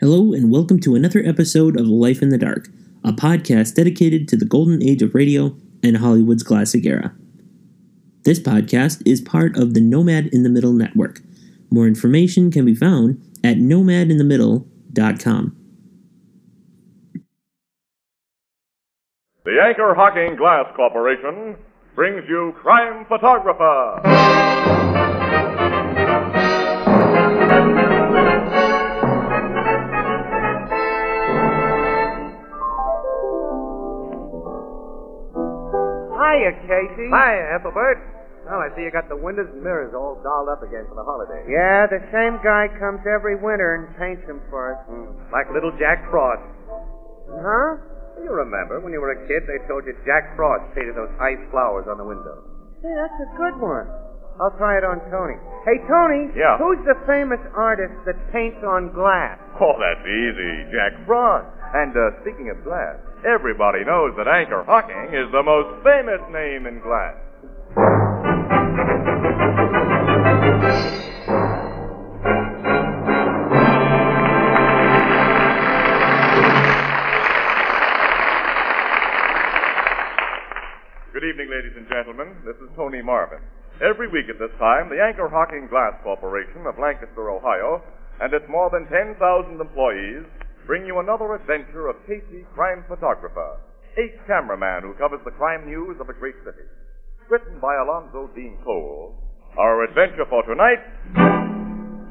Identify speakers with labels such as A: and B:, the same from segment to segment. A: Hello, and welcome to another episode of Life in the Dark, a podcast dedicated to the golden age of radio and Hollywood's classic era. This podcast is part of the Nomad in the Middle network. More information can be found at nomadinthemiddle.com.
B: The Anchor Hocking Glass Corporation brings you Crime Photographer.
C: Hiya, Casey.
D: Hi, Ethelbert. Well, I see you got the windows and mirrors all dolled up again for the holidays.
C: Yeah, the same guy comes every winter and paints them for us.
D: Mm. Like little Jack Frost.
C: Huh?
D: You remember when you were a kid, they told you Jack Frost painted those ice flowers on the window.
C: Hey, that's a good one. I'll try it on Tony. Hey, Tony.
B: Yeah?
C: Who's the famous artist that paints on glass?
B: Oh, that's easy, Jack Frost.
D: And uh, speaking of glass,
B: Everybody knows that Anchor Hocking is the most famous name in glass. Good evening, ladies and gentlemen. This is Tony Marvin. Every week at this time, the Anchor Hocking Glass Corporation of Lancaster, Ohio, and its more than 10,000 employees bring you another adventure of Casey, crime photographer, a cameraman who covers the crime news of a great city. Written by Alonzo Dean Cole. Our adventure for tonight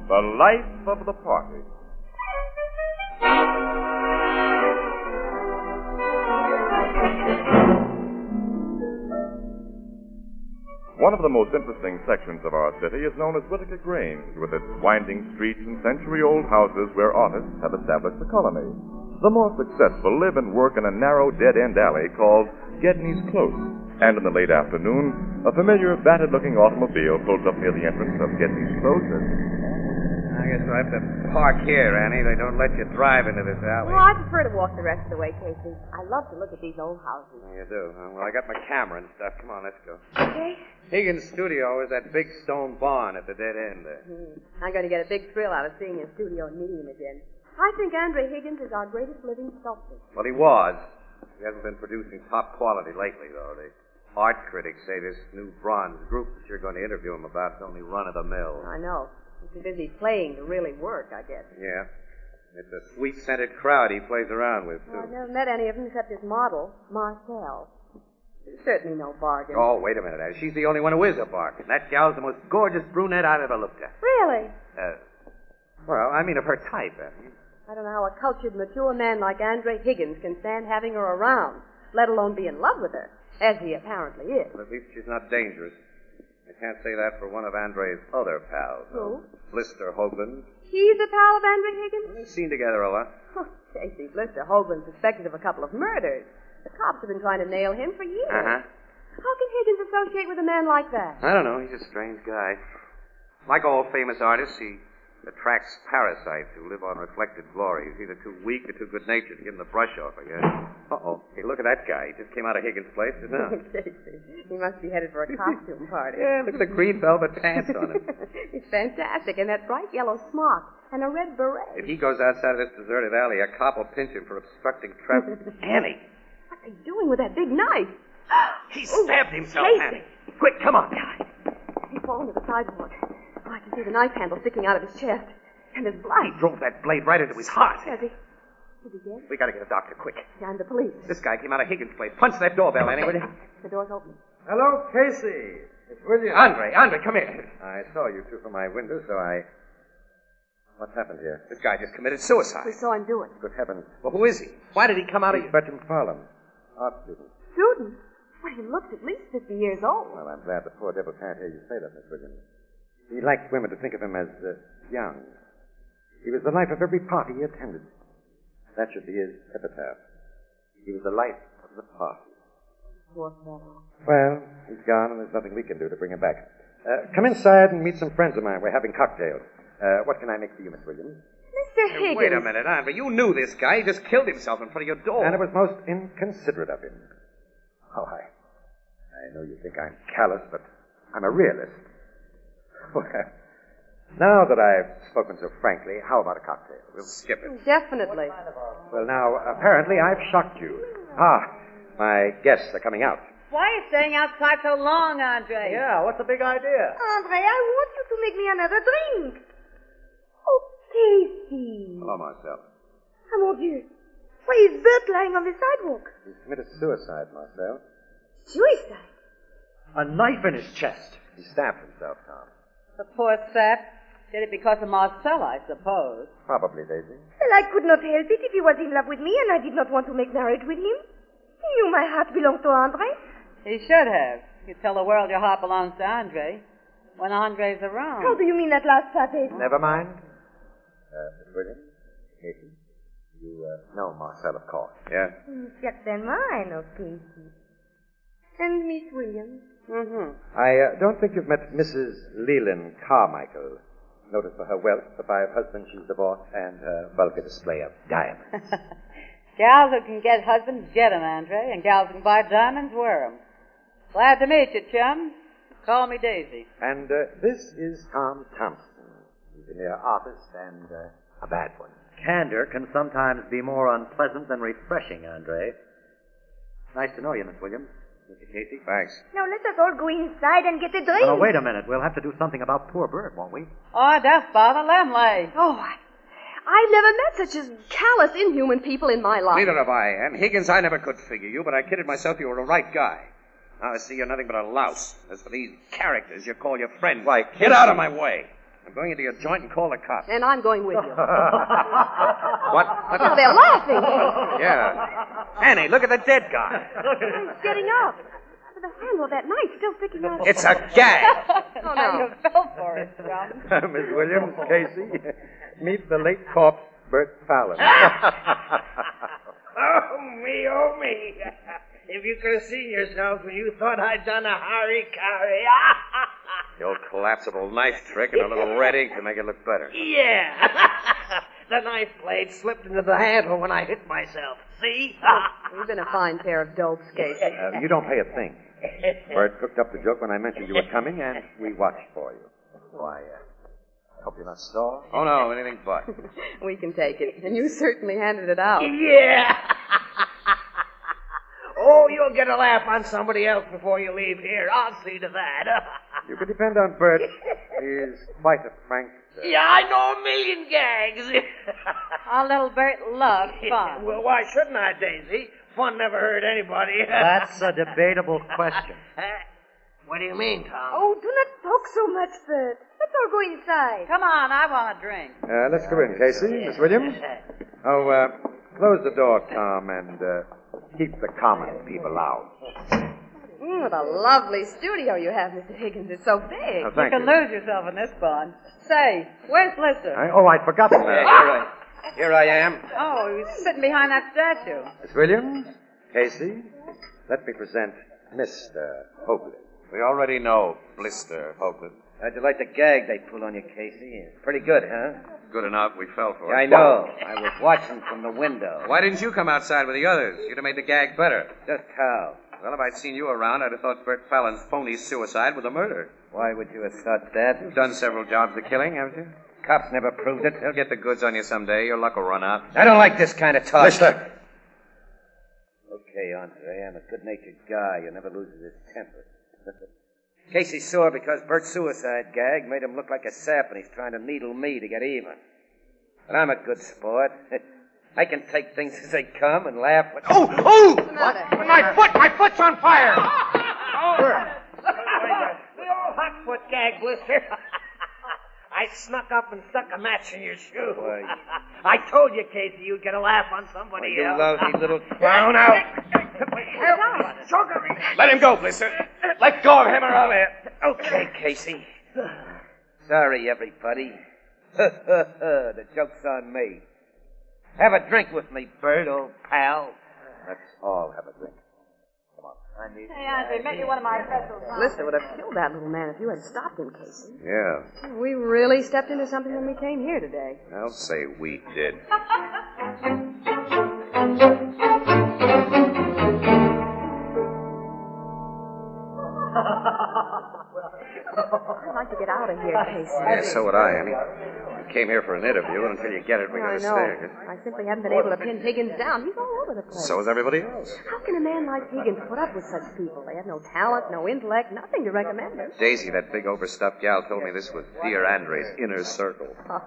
B: The Life of the Party. One of the most interesting sections of our city is known as Whittaker Grange, with its winding streets and century old houses where artists have established a colony. The more successful live and work in a narrow dead end alley called Gedney's Close, and in the late afternoon, a familiar battered looking automobile pulls up near the entrance of Gedney's Close. and-
D: I guess I have to park here, Annie. They don't let you drive into this alley.
E: Well, I prefer to walk the rest of the way, Casey. I love to look at these old houses.
D: Yeah, you do. huh? Well, I got my camera and stuff. Come on, let's go.
E: Okay?
D: Higgins' studio is that big stone barn at the dead end there.
E: Hmm. I'm going to get a big thrill out of seeing a studio medium again. I think Andre Higgins is our greatest living sculptor.
D: Well, he was. He hasn't been producing top quality lately, though. The art critics say this new bronze group that you're going to interview him about is only run of the mill.
E: I know. He's too busy playing to really work, I guess.
D: Yeah. It's a sweet scented crowd he plays around with,
E: Well, I've
D: too.
E: never met any of them except his model, Marcel. Certainly no bargain.
D: Oh, wait a minute, Annie. She's the only one who is a bargain. That gal's the most gorgeous brunette I've ever looked at.
E: Really?
D: Uh, well, I mean of her type, eh? Annie.
E: I don't know how a cultured, mature man like Andre Higgins can stand having her around, let alone be in love with her, as he apparently is.
D: But at least she's not dangerous. I can't say that for one of Andre's other pals. though. Blister Hoagland.
E: He's a pal of Andre Higgins?
D: They've seen together a lot.
E: Oh, Casey Blister Hoagland's suspected of a couple of murders. The cops have been trying to nail him for years.
D: Uh-huh.
E: How can Higgins associate with a man like that?
D: I don't know. He's a strange guy. Like all famous artists, he attracts parasites who live on reflected glory. He's either too weak or too good natured to give him the brush off, I guess. Uh oh. Hey, look at that guy. He just came out of Higgins' place, didn't he?
E: Casey, he must be headed for a costume party.
D: yeah, look at the green velvet pants on him.
E: He's fantastic, and that bright yellow smock and a red beret.
D: If he goes outside of this deserted alley, a cop will pinch him for obstructing traffic. Annie!
E: What's he doing with that big knife?
D: He stabbed himself,
E: Casey.
D: Annie! Quick, come on!
E: He's fallen to the sidewalk. Oh, I can see the knife handle sticking out of his chest. And there's blood.
D: He drove that blade right into his heart.
E: Has he? Is he dead?
D: We gotta get a doctor, quick.
E: Yeah, I'm the police.
D: This guy came out of Higgins' place. Punch that doorbell, Annie, will you?
E: The door's open.
D: Hello, Casey. It's William. Andre, Andre, come here. I saw you two from my window, so I. What happened here? This guy just committed
E: We
D: suicide.
E: saw him do it.
D: Good heavens. Well, who is he? Why did he come out of your. Bertram Farlam, art student.
E: Student? Well, he looks at least 50 years old.
D: Well, I'm glad the poor devil can't hear you say that, Miss Williams. He liked women to think of him as uh, young. He was the life of every party he attended. That should be his epitaph. He was the life of the party.
E: Poor fellow.
D: Well, he's gone, and there's nothing we can do to bring him back. Uh, come inside and meet some friends of mine. We're having cocktails. Uh, what can I make for you, Miss Williams?
E: Mr. Higgins.
F: Wait a minute, Andre. You knew this guy. He just killed himself in front of your door.
D: And it was most inconsiderate of him. Oh, I, I know you think I'm callous, but I'm a realist. Well, Now that I've spoken so frankly, how about a cocktail? We'll skip it.
E: Definitely.
D: Well, now, apparently I've shocked you. Ah, my guests are coming out.
G: Why are you staying outside so long, Andre?
D: Yeah, what's the big idea?
H: Andre, I want you to make me another drink. Oh, Casey.
D: Hello, Marcel.
H: Oh, mon Dieu. Why is Bert lying on the sidewalk?
D: He committed suicide, Marcel.
H: Suicide.
F: A knife in his chest.
D: He stabbed himself, Tom.
G: The poor sap. Did it because of Marcella, I suppose.
D: Probably, Daisy.
H: Well, I could not help it if he was in love with me and I did not want to make marriage with him. He knew my heart belonged to Andre.
G: He should have. You tell the world your heart belongs to Andre when Andre's around.
H: How do you mean that last part, Daisy?
D: Never mind. Uh, Miss Williams? Casey? You, uh, know Marcel, of course. Yeah?
H: Certainement, I know Casey. And Miss Williams?
G: Mm-hmm.
D: I uh, don't think you've met Mrs. Leland Carmichael. Noted for her wealth, the five husbands she's divorced, and her vulgar display of diamonds.
G: Gals who can get husbands get 'em, Andre, and gals who can buy diamonds wear 'em. Glad to meet you, chum. Call me Daisy.
D: and uh, this is Tom Thompson. He's a mere artist and uh, a bad one.
I: Candor can sometimes be more unpleasant than refreshing, Andre. Nice to know you, Miss Williams. Mr. Casey.
D: Thanks.
H: Now let us all go inside and get a drink.
I: Oh, wait a minute. We'll have to do something about poor Bert, won't we?
G: Oh, that's Father Lemley.
E: Oh, I, I've never met such as callous, inhuman people in my life.
F: Neither have I, and Higgins, I never could figure you, but I kidded myself you were a right guy. Now I see you're nothing but a louse. As for these characters you call your friends, why, get out of my way. I'm going into your joint and call the cops.
E: And I'm going with you.
F: What?
E: oh, they're laughing.
F: Yeah. Annie, look at the dead guy.
H: I'm getting up. But the handle of that knife still sticking out.
F: It's a gag.
G: Oh, no. you fell for it, chum.
D: Miss Williams, Casey, meet the late corpse, Bert Fallon.
J: Oh, me, oh, me. If you could have seen yourself when you thought I'd done a Ah, harikari.
D: the old collapsible knife trick and a little red ink to make it look better.
J: yeah. the knife blade slipped into the handle when I hit myself. See?
E: You've Oh, been a fine pair of dopes, Casey.
D: Uh, you don't pay a thing. Bert cooked up the joke when I mentioned you were coming, and we watched for you. Why, uh, hope you're not sore.
F: Oh, no, anything but.
E: We can take it. And you certainly handed it out.
J: yeah. oh, you'll get a laugh on somebody else before you leave here. I'll see to that.
D: You can depend on Bert. He's quite a frank. uh,
J: yeah, I know a million gags.
G: Our little Bert loves fun.
J: well, why shouldn't I, Daisy? Fun never hurt anybody.
I: That's a debatable question.
J: Uh, what do you mean, Tom?
H: Oh, do not talk so much, Bert. Let's all go inside.
G: Come on, I want a drink.
D: Uh, let's go in, Casey. Miss Williams? Oh, uh, close the door, Tom, and uh, keep the common people out.
E: Mm, what a lovely studio you have, Mr. Higgins. It's so big.
D: Oh, thank
G: you can lose yourself in this bun. Say, where's Blister?
D: I, oh, I'd forgotten
F: Yeah,
D: that.
F: here, I, here I am.
G: Oh, he's sitting behind that statue.
D: Miss Williams, Casey, let me present Mr. Hoagland.
F: We already know Blister, Hoagland.
I: How'd you like the gag they pulled on you, Casey? Pretty good, huh?
F: Good enough, we fell
J: Oh,
F: for it.
I: I know. I was watching from the window.
F: Why didn't you come outside with the others? You'd have made the gag better.
I: Just how?
F: Well, if I'd seen you around, I'd have thought Bert Fallon's phony suicide was a murder.
I: Why would you have thought that?
F: You've done several jobs of killing, haven't you?
I: Cops never proved it.
F: They'll get the goods on you someday. Your luck will run out.
I: I don't like this kind of talk.
F: Blister.
I: Okay, Andre, I'm a good-natured guy who never loses his temper. Casey's sore because Bert's suicide gag made him look like a sap, and he's trying to needle me to get even. But I'm a good sport. I can take things as they come and laugh. When... Oh, oh!
J: My foot! My foot's on fire! the old hot foot gag blister. I snuck up and stuck a match in your shoe.
I: Why?
J: I told you, Casey, you'd get a laugh on somebody
I: You
J: else.
I: lousy little
J: Down
I: clown out!
F: Let him go, Blister. Let go of him or I'll hit.
I: Okay, Casey. Sorry, everybody. the joke's on me. Have a drink with me, Bert, old pal.
D: Let's all have a drink. Come on. I need.
G: Hey, Andre, make me one of my special
E: Blister would have killed Oh, that little man if you had stopped him, Casey.
D: Yeah.
E: We really stepped into something when we came here today.
F: I'll say we did.
E: I'd like to to get out of here, Casey.
D: Yeah, so would I. I mean, you came here for an interview, and until you get it, we
E: I
D: gotta
E: know.
D: stay.
E: I simply haven't been able to pin Higgins down. He's all over the place.
D: So is everybody else.
E: How can a man like Higgins put up with such people? They have no talent, no intellect, nothing to recommend them.
D: Daisy, that big overstuffed gal, told me this was dear Andre's inner circle.
E: Oh,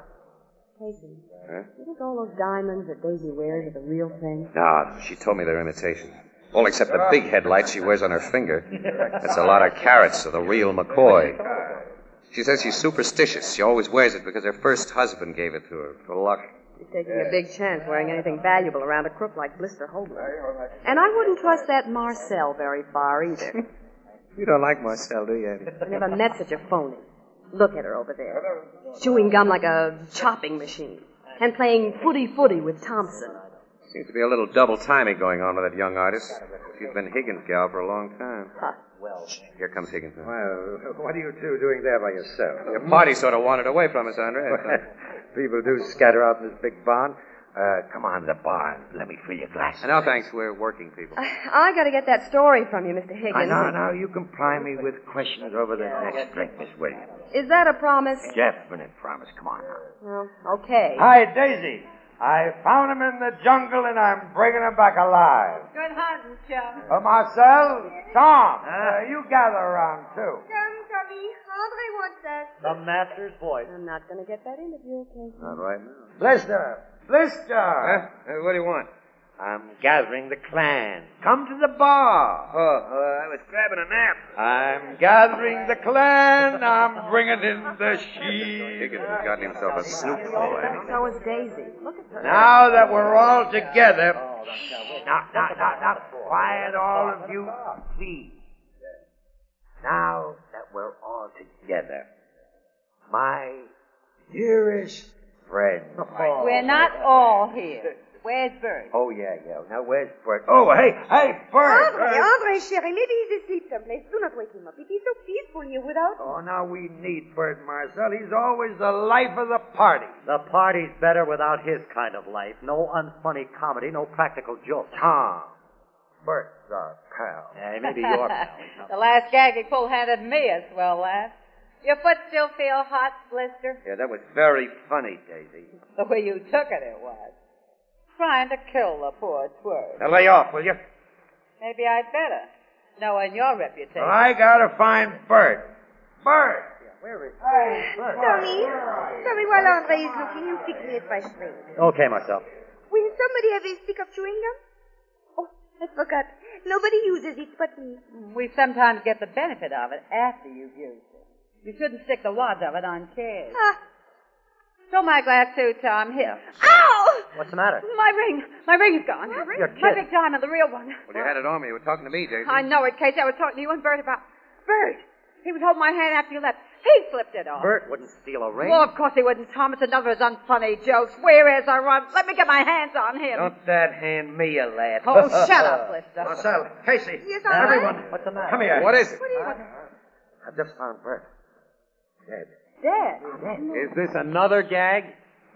E: Casey,
D: Huh?
E: you think all those diamonds that Daisy wears are the real thing?
D: No, she told me they're imitations. All except the big headlight she wears on her finger. That's a lot of carrots of the real McCoy. She says she's superstitious. She always wears it because her first husband gave it to her for luck.
E: She's taking a big chance wearing anything valuable around a crook like Blister Hoagland. And I wouldn't trust that Marcel very far either.
D: You don't like Marcel, do you, Eddie?
E: I never met such a phony. Look at her over there, chewing gum like a chopping machine, and playing footy footy with Thompson.
D: Seems to be a little double timing going on with that young artist. She's been Higgins' gal for a long time. Here comes Higgins. now.
K: Well, what are you two doing there by yourself?
D: Your party sort of wandered away from us, Andre.
K: People do scatter out in this big barn. Uh, come on to the barn. Let me fill your glass.
D: no, thanks. We're working people.
E: I gotta get that story from you, Mr. Higgins.
K: I know, now you can pry me with questions over the next drink, Miss Williams.
E: Is that a promise?
K: Definite promise. Come on now.
E: Well, okay.
L: Hi, Daisy. I found him in the jungle and I'm bringing him back alive.
G: Good hunting, chum.
I: Oh,
L: Uh, Marcel, Tom, uh, you gather around too.
H: Come, Tommy. Andre wants us.
L: The master's voice.
E: I'm not going to get that interview, Casey.
K: Not right now.
L: Blister, Blister.
I: Huh? What do you want?
L: I'm gathering the clan. Come to the bar.
I: Oh, uh, I was grabbing a nap.
L: I'm gathering the clan. I'm bringing in the sheep.
D: Higgins has gotten himself a snoop hole, Eddie.
E: So is Daisy. Look at her.
L: Now that we're all together. Now, now, now, now, quiet, all of you, please. Now that we're all together, my dearest friend.
G: We're not all here. Where's Bert?
K: Oh, yeah, yeah. Now, where's Bert? Oh, hey, hey,
G: Oh,
K: Bert!
H: Andre, Andre, chérie, maybe he's asleep someplace. Do not wake him up. It is so peaceful here without him.
L: Oh, now we need Bert Marcel. He's always the life of the party.
M: The party's better without his kind of life. No unfunny comedy, no practical jokes.
L: Tom, Bert's our pal.
M: Hey, maybe you're pal.
G: the last gag he pulled had at me as well, lad. Your foot still feel hot, Blister?
I: Yeah, that was very funny, Daisy.
G: The way you took it, it was. Trying to kill the poor twerp.
I: Now lay off, will you?
G: Maybe I'd better, knowing your reputation.
L: Well, I gotta find Bert. Bert!
I: Where is
H: Tommy, Tommy, while Andre is looking, you fix me a fresh drink.
M: Okay, myself.
H: Will somebody have a stick of chewing gum? Oh, I forgot. Nobody uses it but me.
G: We sometimes get the benefit of it after you've used it. You shouldn't stick the wads of it on chairs.
H: Ah.
G: Fill my glass too, Tom. Here. Ah,
H: Ow!
M: What's the matter?
G: My ring. My ring's gone.
M: You're
G: My
M: kidding.
G: big diamond, the real one.
D: Well, you had it on me. You were talking to me, Jason.
G: I know it, Casey. I was talking to you and Bert about Bert. He was holding my hand after you left. He slipped it off.
M: Bert wouldn't steal a ring.
G: Well, of course he wouldn't, Tom. It's another of his unfunny jokes. Where is I run? Let me get my hands on him.
I: Don't that hand me a laugh.
G: Oh, shut up, Lister.
I: Marcel, Casey,
H: Yes, all right.
I: everyone,
M: What's the matter?
I: come here.
D: What is it?
H: What do you want?
I: I just found Bert. Dead.
E: Dead.
D: Is this another gag?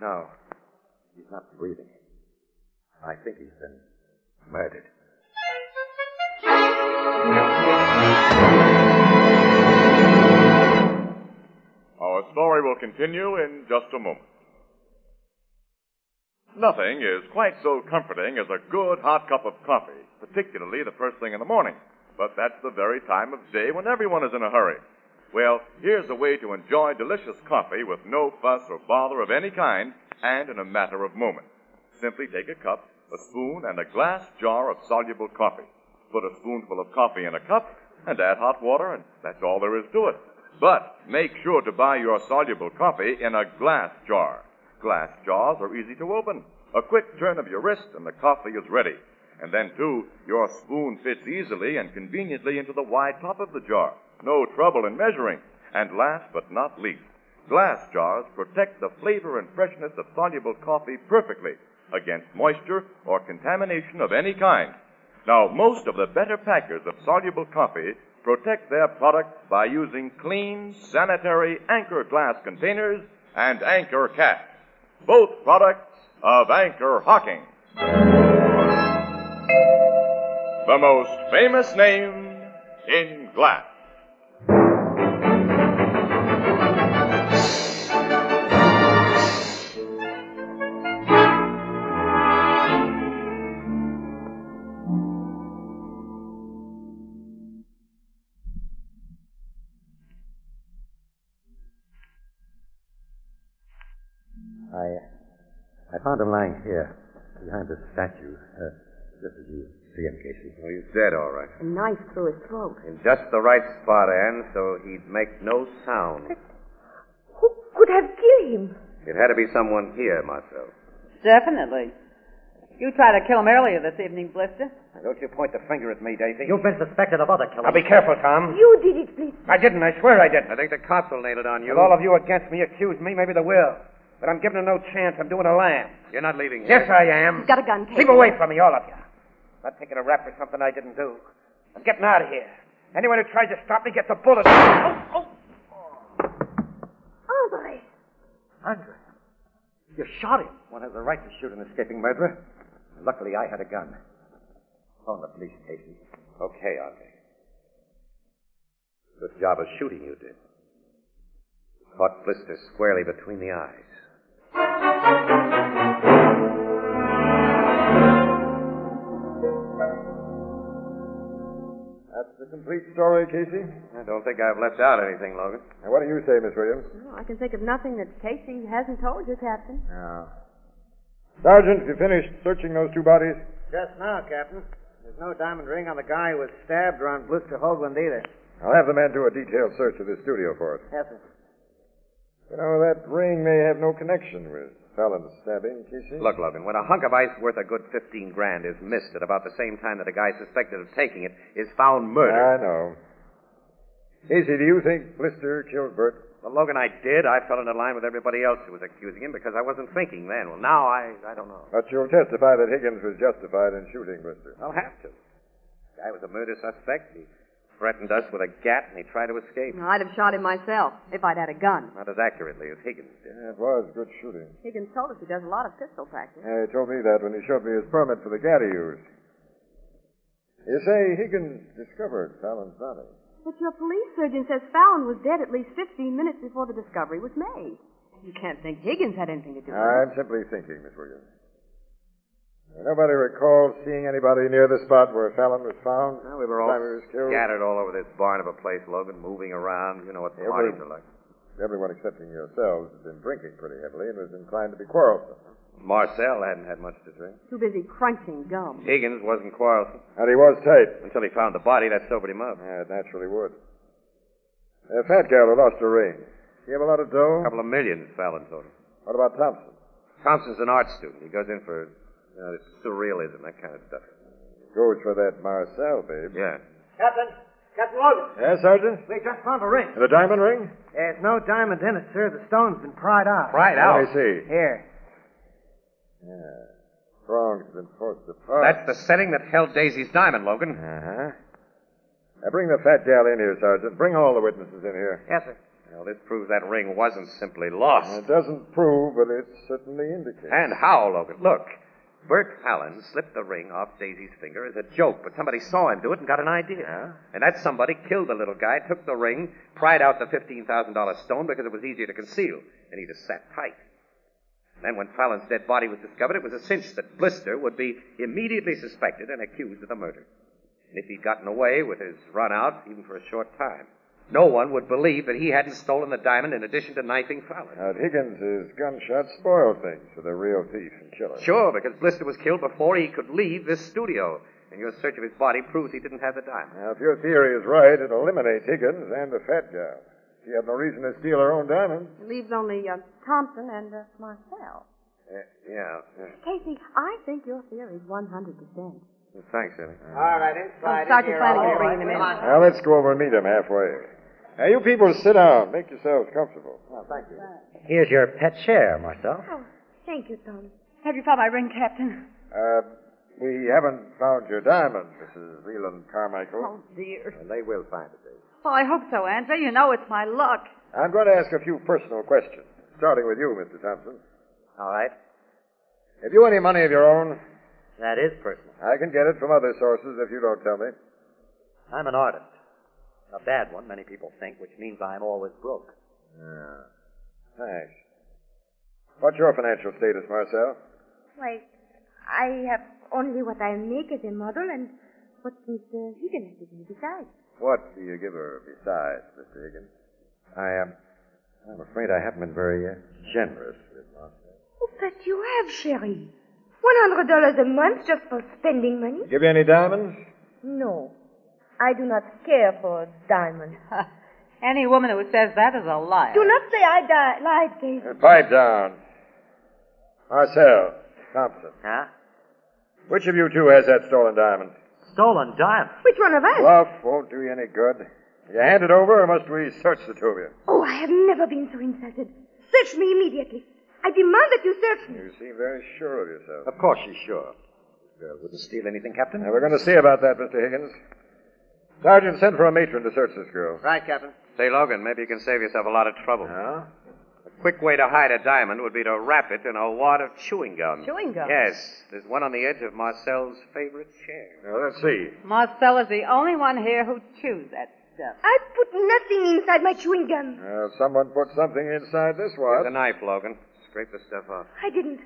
I: No, he's not breathing. I think he's been murdered.
B: Our story will continue in just a moment. Nothing is quite so comforting as a good hot cup of coffee, particularly the first thing in the morning. But that's the very time of day when everyone is in a hurry. Well, here's a way to enjoy delicious coffee with no fuss or bother of any kind and in a matter of moments. Simply take a cup, a spoon, and a glass jar of soluble coffee. Put a spoonful of coffee in a cup and add hot water, and that's all there is to it. But make sure to buy your soluble coffee in a glass jar. Glass jars are easy to open. A quick turn of your wrist and the coffee is ready. And then, too, your spoon fits easily and conveniently into the wide top of the jar. No trouble in measuring. And last but not least, glass jars protect the flavor and freshness of soluble coffee perfectly against moisture or contamination of any kind. Now, most of the better packers of soluble coffee protect their product by using clean, sanitary anchor glass containers and anchor caps. Both products of anchor hocking. The most famous name in glass.
K: I found him lying here, behind the statue, uh, just as you see him, Casey.
D: Well, he's dead, all right.
E: A knife through his throat.
D: In just the right spot, Ann, so he'd make no sound.
H: Could have killed him.
D: It had to be someone here, Marcel.
G: Definitely. You tried to kill him earlier this evening, Blister.
I: Now, don't you point the finger at me, Daisy.
M: You've been suspected of other killings.
I: Now, be careful, Tom.
H: You did it, please.
I: I didn't. I swear I didn't.
D: I think the cops will nail it on you.
I: With all of you against me, accuse me, maybe they will. But I'm giving them no chance. I'm doing a lamb.
D: You're not leaving
I: Yes, I am.
E: He's got a gun.
I: Keep away from me, all of you. I'm not taking a rap for something I didn't do. I'm getting out of here. Anyone who tries to stop me gets a bullet. Oh, oh.
H: Andre.
I: Andre, you shot him. One has a right to shoot an escaping murderer. Luckily, I had a gun. Phone the police station.
D: Okay, Andre. Good job of shooting you did. Caught Blister squarely between the eyes.
K: That's the complete story, Casey.
D: I don't think I've left out anything, Logan.
K: Now, what do you say, Miss Williams?
E: Well, I can think of nothing that Casey hasn't told you, Captain.
K: No. Sergeant, you finished searching those two bodies?
C: Just now, Captain. There's no diamond ring on the guy who was stabbed or on Blister Hoagland either.
K: I'll have the men do a detailed search of this studio for it.
C: Yes, sir.
K: You know, that ring may have no connection with Fallon's stabbing, Casey.
D: Look, Logan, when a hunk of ice worth a good 15 grand is missed at about the same time that a guy suspected of taking it is
K: I
D: found murdered.
K: know. Casey, do you think Blister killed Bert?
D: Well, Logan, I did. I fell into line with everybody else who was accusing him because I wasn't thinking then. Well, now I, I don't know.
K: But you'll testify that Higgins was justified in shooting Blister.
D: I'll have to. The guy was a murder suspect. He threatened us with a gat and he tried to escape.
E: I'd have shot him myself if I'd had a gun.
D: Not as accurately as Higgins did.
K: Yeah, it was good shooting.
E: Higgins told us he does a lot of pistol practice.
K: Yeah, he told me that when he showed me his permit for the gat he used. You say Higgins discovered Fallon's body.
E: But your police surgeon says Fallon was dead at least 15 minutes before the discovery was made. You can't think Higgins had anything to do with it.
K: I'm simply thinking, Miss Williams. Nobody recalls seeing anybody near the spot where Fallon was found.
D: Well, we were all
K: The time he was killed.
D: scattered all over this barn of a place, Logan, moving around. You know what the
K: Every-
D: parties are like.
K: Everyone excepting yourselves had been drinking pretty heavily and was inclined to be quarrelsome.
D: Marcel hadn't had much to drink.
E: Too busy crunching gum.
D: Higgins wasn't quarrelsome
K: And he was tight.
D: until he found the body. That sobered him up.
K: Yeah, it naturally would. A fat gal who lost her ring. She have a lot of dough?
D: A couple of millions, Fallon told him.
K: What about Thompson?
D: Thompson's an art student. He goes in for you know, surrealism, that kind of stuff.
K: Goes for that Marcel, babe.
D: Yeah.
C: Captain. Captain Logan.
K: Yeah, Sergeant?
C: We just found a ring.
K: The diamond ring?
C: There's no diamond in it, sir. The stone's been pried out.
D: Pried out?
K: I see.
C: Here.
K: Yeah. Strong's been forced apart.
D: That's the setting that held Daisy's diamond, Logan.
K: Uh-huh. Now Uh, bring the fat gal in here, Sergeant. Bring all the witnesses in here.
C: Yes, sir.
D: Well, this proves that ring wasn't simply lost.
K: It doesn't prove, but it certainly indicates.
D: And how, Logan? Look, Bert Fallon slipped the ring off Daisy's finger as a joke, but somebody saw him do it and got an idea. And that somebody killed the little guy, took the ring, pried out the $15,000 stone because it was easier to conceal, and he just sat tight. Then, when Fallon's dead body was discovered, it was a cinch that Blister would be immediately suspected and accused of the murder. And if he'd gotten away with his run out, even for a short time, no one would believe that he hadn't stolen the diamond in addition to knifing Fallon.
K: Now, Higgins' gunshot spoiled things for the real thief and killer.
D: Sure, because Blister was killed before he could leave this studio. And your search of his body proves he didn't have the diamond.
K: Now, if your theory is right, it eliminates Higgins and the fat gal. She had no reason to steal her own diamond.
E: It leaves only uh, Thompson and uh, Marcel.
D: yeah. yeah.
E: Casey, I think your theory's 100%.
D: Thanks, Eddie.
C: All right, in slide in
E: Sergeant
C: here. All
E: Flanagan's
C: right,
E: bringing them in.
C: come on.
K: Now, let's go over and meet him halfway. Now, you people sit down. Make yourselves comfortable.
C: Oh, thank you.
M: Here's your pet chair, Marcel.
H: Oh, thank you, Tom.
E: Have you found my ring, Captain?
K: Uh, we haven't found your diamond, Mrs. Leland Carmichael.
G: Oh, dear.
K: And they will find it, Dave.
G: Oh, I hope so, Andre. You know it's my luck.
K: I'm going to ask a few personal questions, starting with you, Mr. Thompson.
M: All right.
K: Have you any money of your own?
M: That is personal.
K: I can get it from other sources if you don't tell me.
M: I'm an artist. A bad one, many people think, which means I'm always broke.
K: Yeah. Thanks. What's your financial status, Marcel?
H: Why, I have only what I make as a model and what uh, Mr. Higgins did me besides.
K: What do you give her besides, Mr. Higgins? um, I am. I'm afraid I haven't been very uh, generous with Marcel.
H: Oh, That you have, Sherry. One hundred dollars a month just for spending money?
K: Give you any diamonds?
H: No. I do not care for diamonds.
G: Any woman who says that is a liar.
H: do not say I di- lied, David.
K: Pipe down. Marcel, Thompson.
M: Huh?
K: Which of you two has that stolen diamond?
M: Stolen diamond?
H: Which one of us?
K: Bluff won't do you any good. You hand it over, or must we search the two of you?
H: Oh, I have never been so insulted. Search me immediately. I demand that you search me.
K: You seem very sure of yourself.
M: Of course she's sure. This girl wouldn't steal anything, Captain.
K: Now, we're going to see about that, Mr. Higgins. Sergeant, send for a matron to search this girl.
I: Right, Captain.
D: Say, Logan, maybe you can save yourself a lot of trouble.
K: Huh?
D: A quick way to hide a diamond would be to wrap it in a wad of chewing gum.
G: Chewing gum?
D: Yes. There's one on the edge of Marcel's favorite chair.
K: Now, let's see.
G: Marcel is the only one here who chews that stuff.
H: I put nothing inside my chewing gum.
K: Now, someone put something inside this wad.
D: Here's a knife, Logan. Scrape the stuff off.
H: I didn't.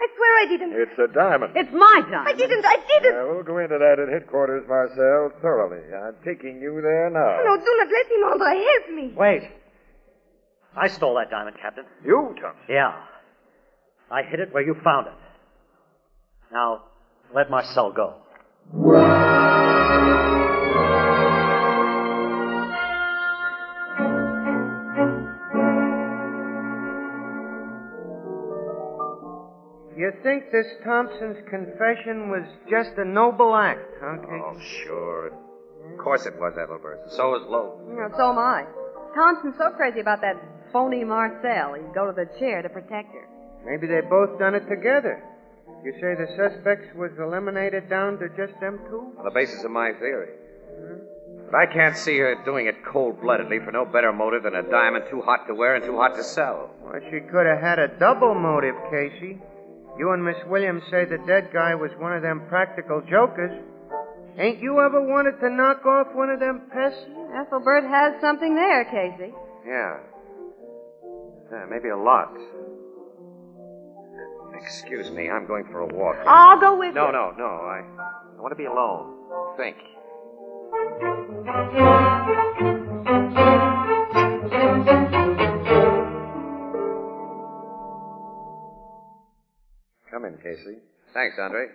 H: I swear I didn't.
K: It's a diamond.
G: It's my diamond.
H: I didn't. I didn't.
K: Now, we'll go into that at headquarters, Marcel, thoroughly. I'm taking you there now.
H: Oh, no, do not let him, Andre. Help me.
M: Wait. I stole that diamond, Captain.
K: You, Thompson?
M: Yeah. I hid it where you found it. Now, let Marcel go.
C: You think this Thompson's confession was just a noble act, huh,
D: Oh, sure. Of course it was, Ethelbert. So is Logan.
E: You know, Mm, so am I. Thompson's so crazy about that phony Marcel, he'd go to the chair to protect her.
C: Maybe they both done it together. You say the suspects was eliminated down to just them two?
D: On the basis of my theory. But I can't see her doing it cold bloodedly for no better motive than a diamond too hot to wear and too hot to sell.
C: Well, she could have had a double motive, Casey. You and Miss Williams say the dead guy was one of them practical jokers. Ain't you ever wanted to knock off one of them pests?
E: Ethelbert has something there, Casey.
D: Yeah. Yeah, maybe a lot. Excuse me, I'm going for a walk.
E: I'll go with
D: No,
E: you.
D: no, no. I, I want to be alone. Think. Come in, Casey. Thanks, Andre.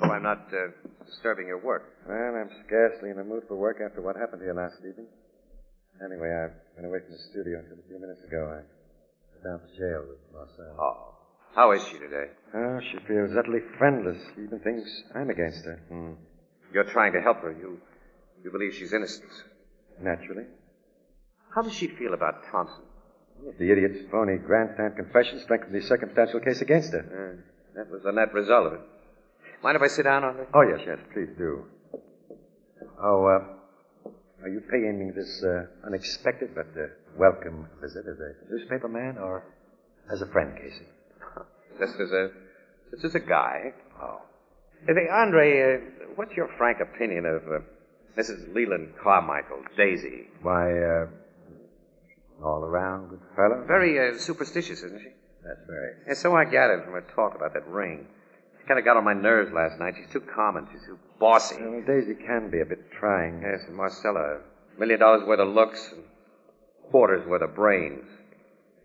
D: Hope I'm not uh, disturbing your work.
K: Well, I'm scarcely in the mood for work after what happened here last evening. Anyway, I've been away from the studio until a few minutes ago. I went down to jail with Marcel.
D: Oh. How is she today?
K: Oh, she feels utterly friendless. She even thinks I'm against her.
D: Hmm. You're trying to help her. You, you believe she's innocent.
K: Naturally.
D: How does she feel about Thompson?
K: The idiot's phony grandstand confession strengthened the circumstantial case against her.
N: Hmm.
D: Uh, that was the net result of it. Mind if I sit down on her?
K: Oh, yes, yes, please do. Oh, uh, are you paying me this uh, unexpected but uh, welcome visit as a newspaper man or as a friend, Casey?
D: This is a, this is a guy. Oh. Hey, Andre, uh, what's your frank opinion of uh, Mrs. Leland Carmichael, Daisy?
K: Why, uh, all around good fellow?
D: Very uh, superstitious, isn't she?
K: That's very.
D: And so I gathered from her talk about that ring. She kind of got on my nerves last night. She's too common. She's too bossy.
K: Well, Daisy can be a bit trying.
D: Yes, and Marcella, a million dollars worth of looks and quarters worth of brains.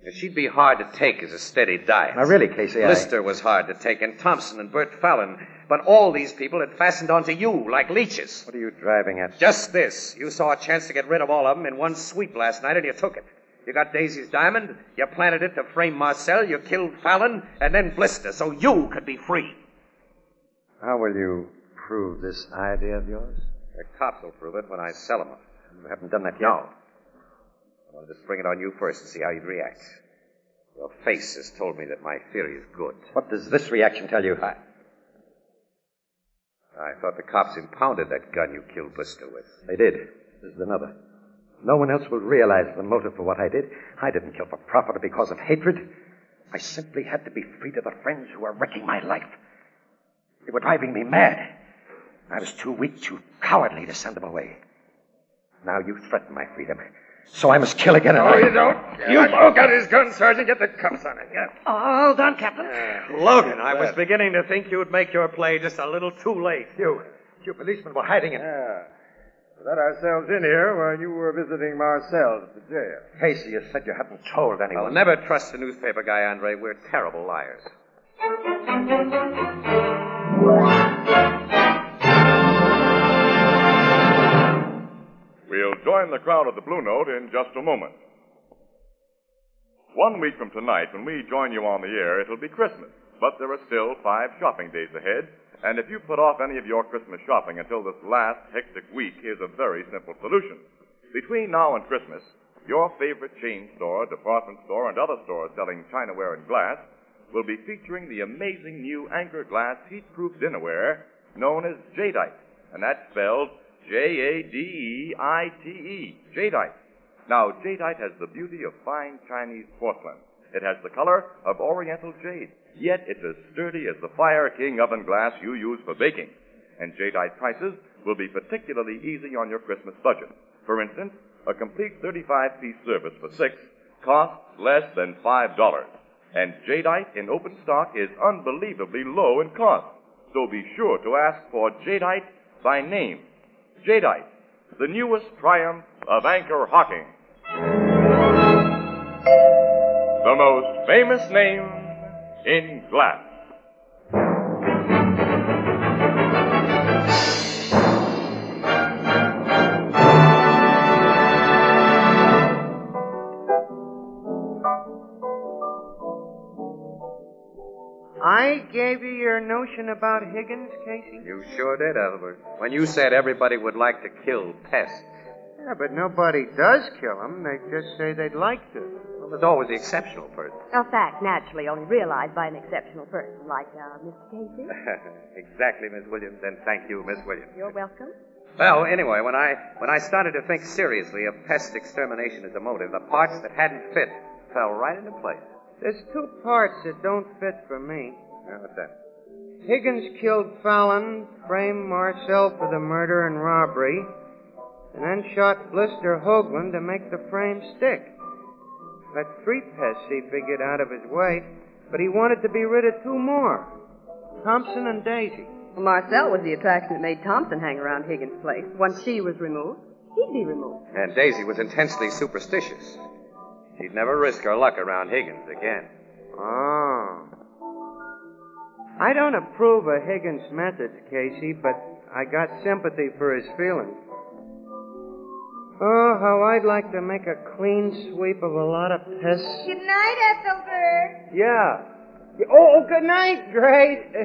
D: And she'd be hard to take as a steady diet.
K: Now, really, Casey, I-
D: Lister was hard to take, and Thompson and Bert Fallon. But all these people had fastened onto you like leeches.
K: What are you driving at?
D: Just this. You saw a chance to get rid of all of them in one sweep last night, and you took it. You got Daisy's diamond, you planted it to frame Marcel, you killed Fallon, and then Blister, so you could be free.
K: How will you prove this idea of yours?
D: The cops will prove it when I sell them.
K: You haven't done that yet.
D: No. I want to just bring it on you first and see how you'd react. Your face has told me that my theory is good.
K: What does this reaction tell you? I...
D: I thought the cops impounded that gun you killed Blister with.
K: They did. This is another. No one else will realize the motive for what I did. I didn't kill for profit or because of hatred. I simply had to be free to the friends who were wrecking my life. They were driving me mad. I was too weak, too cowardly to send them away. Now you threaten my freedom. So Oh, I must kill again. and I-
D: you broke out his gun, Sergeant. Get the cuffs on it.
J: Oh, hold on, Captain.
M: Logan, I was beginning to think you'd make your play just a little too late. You, you policemen were hiding it.
K: Yeah.
N: let ourselves in here while you were visiting Marcel at the jail.
K: Casey, you said you hadn't told anyone.
F: I'll never trust a newspaper guy, Andre. We're terrible liars.
B: We'll join the crowd at the Blue Note in just a moment. One week from tonight, when we join you on the air, it'll be Christmas. But there are still five shopping days ahead, and if you put off any of your Christmas shopping until this last hectic week, here's a very simple solution. Between now and Christmas, your favorite chain store, department store, and other stores selling chinaware and glass will be featuring the amazing new Anchor Glass heat-proof dinnerware known as Jadeite, and that's spelled E J-A-D-E-I-T-E, E, Jadeite. Now, jadeite has the beauty of fine Chinese porcelain. It has the color of oriental jade, yet it's as sturdy as the Fire King oven glass you use for baking. And jadeite prices will be particularly easy on your Christmas budget. For instance, a complete 35-piece service for six costs less than $5. And jadeite in open stock is unbelievably low in cost. So be sure to ask for jadeite by name. Jadeite, the newest triumph of anchor hocking. The most famous name in glass.
C: I gave you your notion about Higgins, Casey.
D: You sure did, Albert. When you said everybody would like to kill pests.
C: Yeah, but nobody does kill them. They just say they'd like to.
D: Well, there's always the exceptional person.
E: A fact, naturally, only realized by an exceptional person like uh, Mr. Casey.
D: exactly, Miss Williams, and thank you, Miss Williams.
E: You're welcome.
D: Well, anyway, when I when I started to think seriously of pest extermination as a motive, the parts that hadn't fit fell right into place.
C: There's two parts that don't fit for me.
D: Now, what's that?
C: Higgins killed Fallon, framed Marcel for the murder and robbery, and then shot Blister Hoagland to make the frame stick. But three pests he figured out of his way, but he wanted to be rid of two more Thompson and Daisy.
E: Well, Marcel was the attraction that made Thompson hang around Higgins' place. Once she was removed, he'd be removed.
D: And Daisy was intensely superstitious. She'd never risk her luck around Higgins again.
C: Oh. I don't approve of Higgins' methods, Casey, but I got sympathy for his feelings. Oh, how I'd like to make a clean sweep of a lot of pests.
H: Good night, Ethelbert.
C: Yeah. Oh, oh good night, Grace.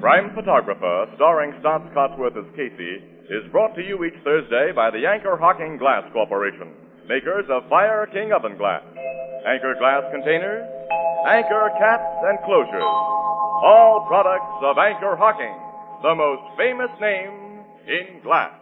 B: Crime Photographer, starring Stott Cotsworth as Casey, is brought to you each Thursday by the Anchor Hocking Glass Corporation, makers of Fire King Oven Glass, Anchor Glass Containers, Anchor Caps and Closures. All products of Anchor Hocking, the most famous name in glass.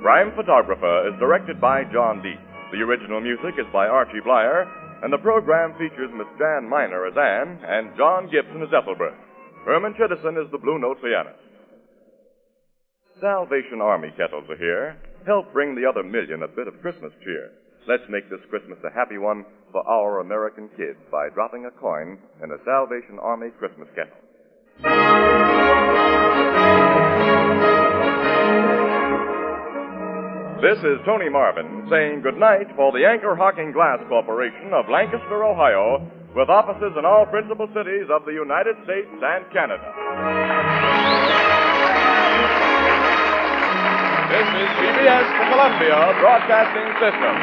B: Crime Photographer is directed by John Deep. The original music is by Archie Blyer, and the program features Miss Jan Miner as Anne and John Gibson as Ethelbert. Herman Chittison is the Blue Note pianist. Salvation Army kettles are here. Help bring the other million a bit of Christmas cheer. Let's make this Christmas a happy one for our American kids by dropping a coin in a Salvation Army Christmas kettle. This is Tony Marvin saying goodnight for the Anchor Hocking Glass Corporation of Lancaster, Ohio, with offices in all principal cities of the United States and Canada. This is CBS, the Columbia Broadcasting System.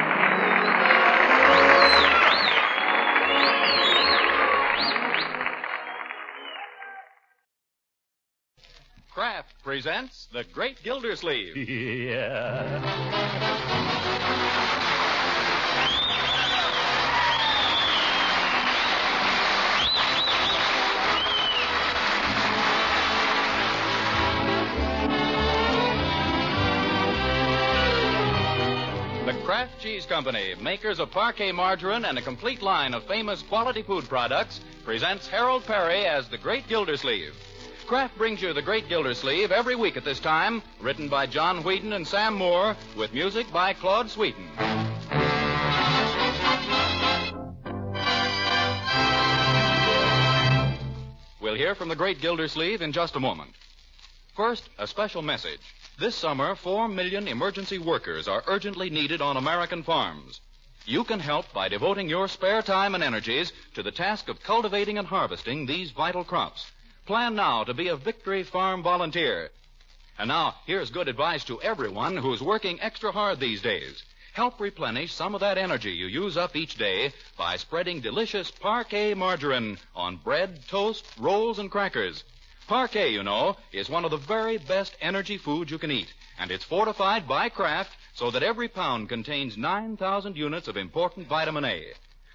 O: Kraft presents The Great Gildersleeve.
P: Yeah.
O: The Kraft Cheese Company, makers of parquet margarine and a complete line of famous quality food products, presents Harold Perry as the Great Gildersleeve. Kraft brings you the Great Gildersleeve every week at this time, written by John Wheaton and Sam Moore, with music by Claude Sweeten. We'll hear from the Great Gildersleeve in just a moment. First, a special message. This summer, four million emergency workers are urgently needed on American farms. You can help by devoting your spare time and energies to the task of cultivating and harvesting these vital crops. Plan now to be a Victory Farm volunteer. And now, here's good advice to everyone who's working extra hard these days. Help replenish some of that energy you use up each day by spreading delicious parquet margarine on bread, toast, rolls, and crackers. Parquet, you know, is one of the very best energy foods you can eat, and it's fortified by Kraft so that every pound contains 9,000 units of important vitamin A.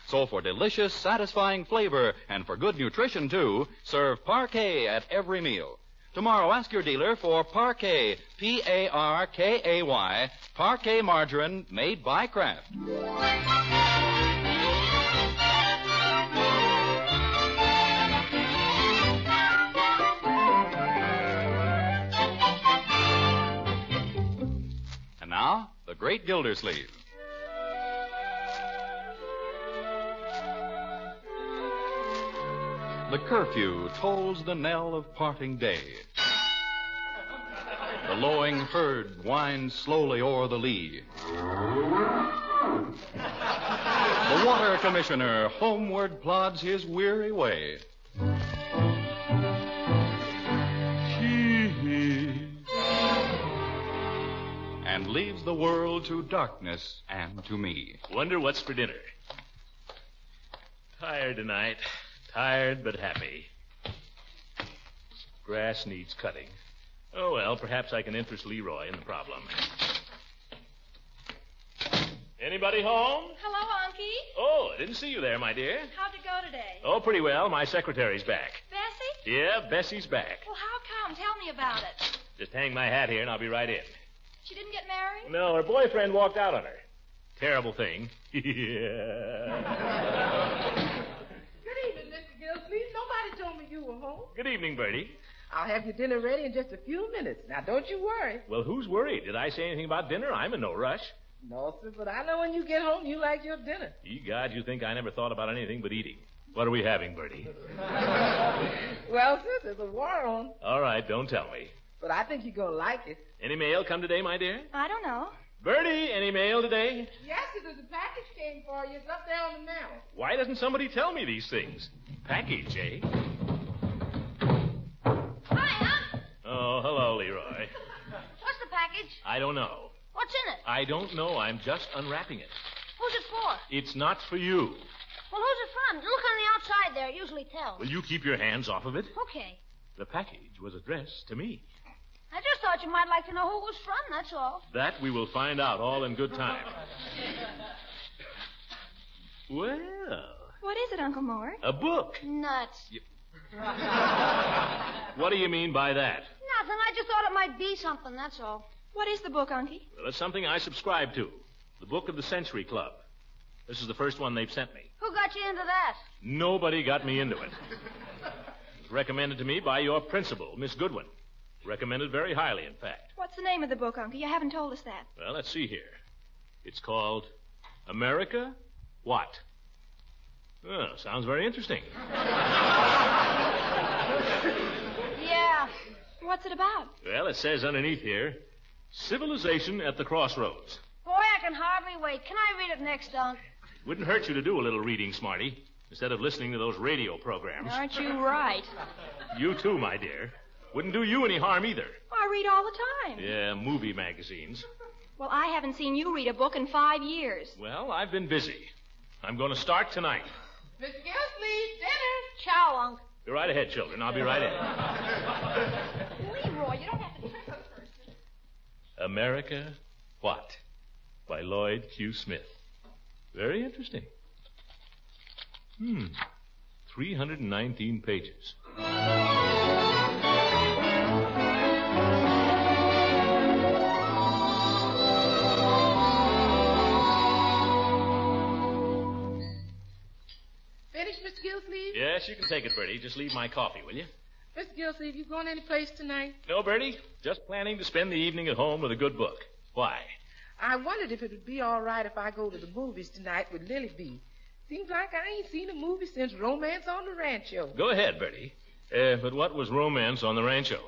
O: So for delicious, satisfying flavor and for good nutrition, too, serve Parquet at every meal. Tomorrow, ask your dealer for Parquet, P A R K A Y, Parquet margarine made by Kraft. And now, the great Gildersleeve. The curfew tolls the knell of parting day. The lowing herd winds slowly o'er the lea. The water commissioner homeward plods his weary way. and leaves the world to darkness and to me.
Q: Wonder what's for dinner. Tired tonight. Tired but happy. Grass needs cutting. Oh, well, perhaps I can interest Leroy in the problem. Anybody home?
R: Hello, Unky.
Q: Oh, I didn't see you there, my dear.
R: How'd it go today?
Q: Oh, pretty well. My secretary's back.
R: Bessie?
Q: Yeah, Bessie's back.
R: Well, how come? Tell me about it.
Q: Just hang my hat here and I'll be right in.
R: She didn't get married?
Q: No, her boyfriend walked out on her. Terrible thing. yeah.
S: Good evening, Mr. Gilsleeve. Nobody told me you were home.
Q: Good evening, Bertie.
S: I'll have your dinner ready in just a few minutes. Now, don't you worry.
Q: Well, who's worried? Did I say anything about dinner? I'm in no rush.
S: No, sir, but I know when you get home, you like your dinner.
Q: Ye God, you think I never thought about anything but eating. What are we having, Bertie?
S: well, sir, there's a war on,
Q: All right, don't tell me.
S: but I think you're going to like it.
Q: Any mail come today, my dear?
R: I don't know.
Q: Bertie, any mail today?
S: Yes, sir, there's a package came for you. It's up there on the mountain.
Q: Why doesn't somebody tell me these things? Package, eh? Oh, hello, Leroy.
R: What's the package?
Q: I don't know.
R: What's in it?
Q: I don't know. I'm just unwrapping it.
R: Who's it for?
Q: It's not for you.
R: Well, who's it from? Look on the outside there. It usually tells.
Q: Will you keep your hands off of it?
R: Okay.
Q: The package was addressed to me.
R: I just thought you might like to know who it was from, that's all.
Q: That we will find out all in good time. Well,
R: What is it, Uncle Mort?
Q: a book.
R: Nuts.
Q: What do you mean by that?
R: Nothing. I just thought it might be something, that's all. What is the book, Unky?
Q: Well, it's something I subscribe to. The Book of the Century Club. This is the first one they've sent me.
R: Who got you into that?
Q: Nobody got me into it. It was recommended to me by your principal, Miss Goodwin. Recommended very highly, in fact.
R: What's the name of the book, Unky? You haven't told us that.
Q: Well, let's see here. It's called America What? Oh, sounds very interesting.
R: Yeah. What's it about?
Q: Well, it says underneath here Civilization at the Crossroads.
R: Boy, I can hardly wait. Can I read it next, Unc?
Q: Wouldn't hurt you to do a little reading, Smarty, instead of listening to those radio programs.
R: Aren't you right?
Q: You too, my dear. Wouldn't do you any harm either.
R: I read all the time.
Q: Yeah, movie magazines.
R: Well, I haven't seen you read a book in five years.
Q: Well, I've been busy. I'm going to start tonight.
R: Mr. Gilsleeve, dinner. Chow, Unc.
Q: Be right ahead, children. I'll be right in.
R: Leroy, you don't have to trick us.
Q: America What? By Lloyd Q. Smith. Very interesting. Hmm. 319 pages.
S: finished, Mr. Gillsleeve?
Q: Yes, you can take it, Bertie. Just leave my coffee, will you?
S: Mr. Gillsleeve, you going any place tonight?
Q: No, Bertie. Just planning to spend the evening at home with a good book. Why?
S: I wondered if it would be all right if I go to the movies tonight with Lily B. Seems like I ain't seen a movie since Romance on the Rancho.
Q: Go ahead, Bertie. Uh, but what was romance on the rancho?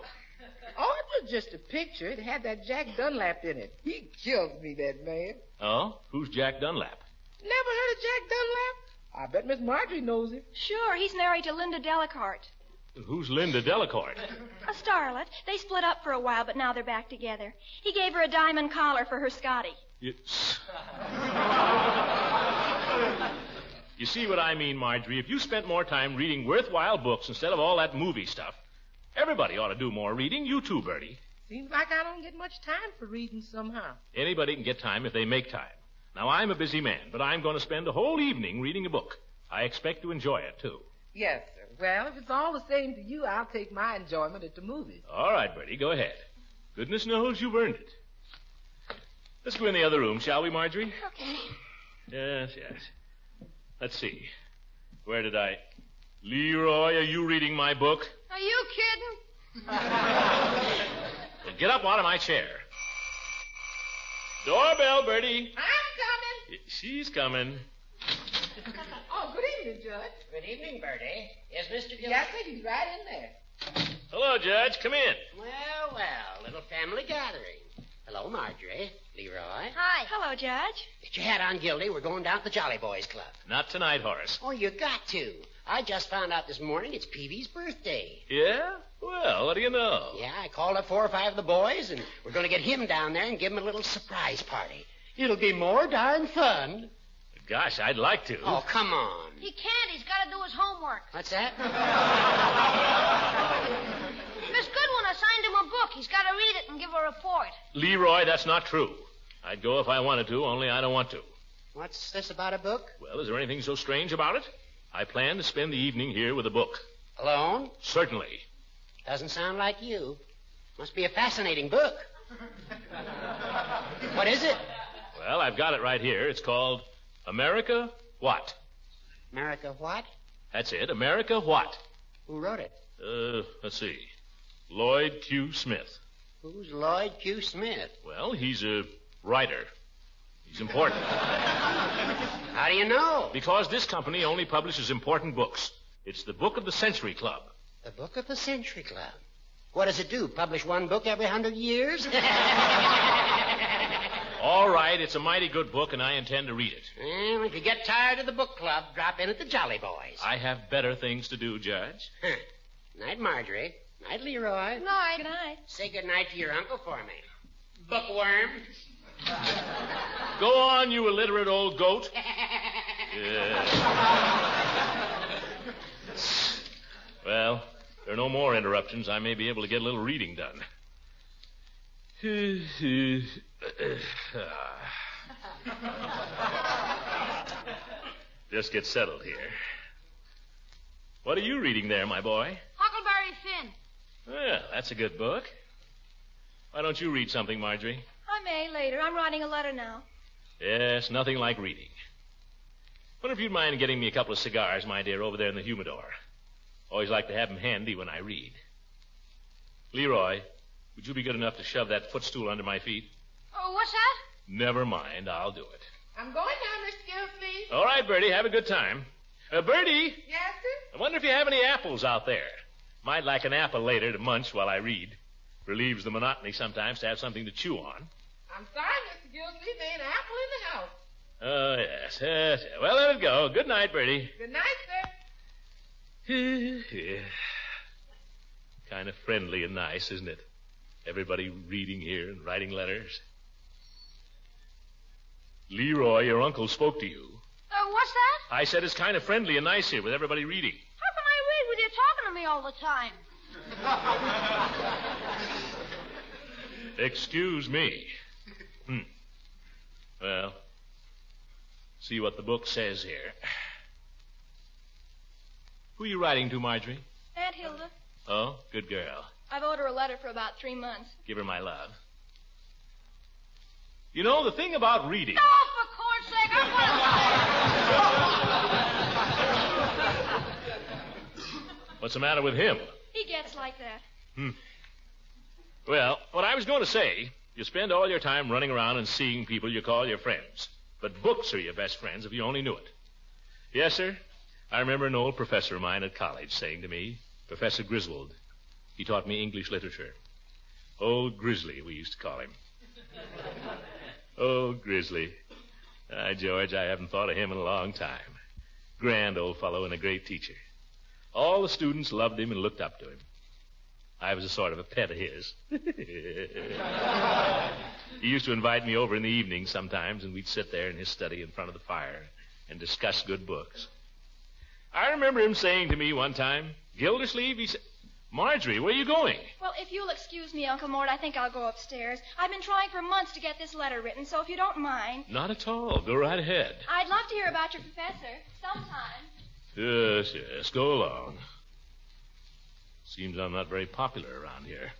S: Oh, it was just a picture. It had that Jack Dunlap in it. He kills me, that man.
Q: Oh, who's Jack Dunlap?
S: Never heard of Jack Dunlap? I bet Miss Marjorie knows him.
R: Sure, he's married to Linda Delicart,
Q: Who's Linda Delacorte?
R: a starlet. They split up for a while, but now they're back together. He gave her a diamond collar for her Scotty.
Q: You, you see what I mean, Marjorie? If you spent more time reading worthwhile books instead of all that movie stuff, everybody ought to do more reading. You too, Bertie.
S: Seems like I don't get much time for reading somehow.
Q: Anybody can get time if they make time. Now, I'm a busy man, but I'm going to spend a whole evening reading a book. I expect to enjoy it, too.
S: Yes, sir. Well, if it's all the same to you, I'll take my enjoyment at the movies.
Q: All right, Bertie, go ahead. Goodness knows you've earned it. Let's go in the other room, shall we, Marjorie?
R: Okay.
Q: Yes, yes. Let's see. Where did I. Leroy, are you reading my book?
R: Are you kidding?
Q: Well, Get up out of my chair. Doorbell, Bertie.
S: I'm
Q: Y- She's coming.
S: coming. oh, good evening, Judge.
J: Good evening, Bertie. Is Mr. Gillespie?
S: Yes, sir, he's right in there.
Q: Hello, Judge. Come in.
J: Well, well, little family gathering. Hello, Marjorie. Leroy.
R: Hi. Hello, Judge.
J: Get your hat on, Gildy. We're going down to the Jolly Boys Club.
Q: Not tonight, Horace.
J: Oh, you got to. I just found out this morning it's Peavy's birthday.
Q: Yeah? Well, what do you know?
J: Yeah, I called up four or five of the boys, and we're going to get him down there and give him a little surprise party. It'll be more darn fun.
Q: Gosh, I'd like to.
J: Oh, come on.
R: He can't. He's got to do his homework.
J: What's that?
R: Miss Goodwin assigned him a book. He's got to read it and give a report.
Q: Leroy, that's not true. I'd go if I wanted to, only I don't want to.
J: What's this about a book?
Q: Well, is there anything so strange about it? I plan to spend the evening here with a book.
J: Alone?
Q: Certainly.
J: Doesn't sound like you. Must be a fascinating book. what is it?
Q: Well, I've got it right here. It's called America What?
J: America what?
Q: That's it. America What?
J: Who wrote it?
Q: Uh, let's see. Lloyd Q. Smith.
J: Who's Lloyd Q. Smith?
Q: Well, he's a writer. He's important. How
J: do you know?
Q: Because this company only publishes important books. It's the Book of the Century Club.
J: The Book of the Century Club. What does it do? Publish one book every hundred years?
Q: All right, it's a mighty good book, and I intend to read it.
J: well, if you get tired of the book club, drop in at the Jolly Boys.
Q: I have better things to do, Judge.
J: Huh. Night, Marjorie. Night, Leroy.
R: Night. Good night.
J: Say good night to your uncle for me. Bookworm.
Q: Go on, you illiterate old goat. Yeah. Well, there are no more interruptions. I may be able to get a little reading done. Ah, Just get settled here. What are you reading there, my boy?
R: Huckleberry Finn.
Q: Well, that's a good book. Why don't you read something, Marjorie?
R: I may later. I'm writing a letter now.
Q: Yes, nothing like reading. Wonder if you'd mind getting me a couple of cigars, my dear, over there in the humidor. Always like to have 'em handy when I read. Leroy, would you be good enough to shove that footstool under my feet?
R: Oh, what's that?
Q: Never mind, I'll do it.
S: I'm going now, Mr. Gillsleeve.
Q: All right, Bertie, have a good time. Uh, Bertie,
S: Yes, sir?
Q: I wonder if you have any apples out there. Might like an apple later to munch while I read. Relieves the monotony sometimes to have something to chew on.
S: I'm sorry, Mr. Gillsleeve. There ain't an apple in the house.
Q: Oh, yes, yes. yes. Well, let it go. Good night, Bertie.
S: Good night, sir.
Q: kind of friendly and nice, isn't it? Everybody reading here and writing letters. Leroy, your uncle spoke to you.
R: Uh, what's that?
Q: I said it's kind of friendly and nice here with everybody reading.
R: How can I read with you talking to me all the time?
Q: Excuse me. Hmm. Well, see what the book says here. Who are you writing to, Marjorie?
R: Aunt Hilda,
Q: Oh, good girl.
R: I've owed her a letter for about three months.
Q: Give her my love. You know, the thing about reading.
R: Oh, for corn's sake, I want to...
Q: What's the matter with him?
R: He gets like that.
Q: Hmm. Well, what I was going to say, you spend all your time running around and seeing people you call your friends. But books are your best friends if you only knew it. Yes, sir. I remember an old professor of mine at college saying to me, Professor Griswold. He taught me English literature. Old Grizzly, we used to call him. Old Grizzly. Ah, George, I haven't thought of him in a long time. Grand old fellow and a great teacher. All the students loved him and looked up to him. I was a sort of a pet of his. he used to invite me over in the evening sometimes, and we'd sit there in his study in front of the fire and discuss good books. I remember him saying to me one time, Gildersleeve, he said, Marjorie, where are you going?
R: Well, if you'll excuse me, Uncle Mort, I think I'll go upstairs. I've been trying for months to get this letter written, so if you don't mind,
Q: Not at all. Go right ahead.
R: I'd love to hear about your professor sometime.
Q: Yes, yes. Go along. Seems I'm not very popular around here.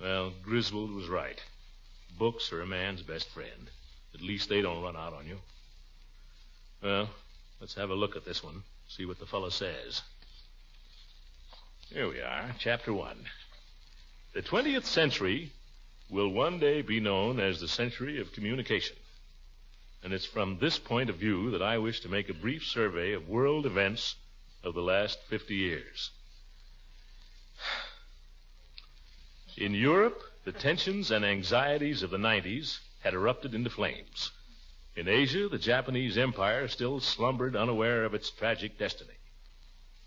Q: Well, Griswold was right. Books are a man's best friend. At least they don't run out on you. Well, let's have a look at this one, see what the fellow says. Here we are, Chapter 1. The 20th century will one day be known as the century of communication. And it's from this point of view that I wish to make a brief survey of world events of the last 50 years. In Europe, the tensions and anxieties of the 90s had erupted into flames. In Asia, the Japanese empire still slumbered unaware of its tragic destiny.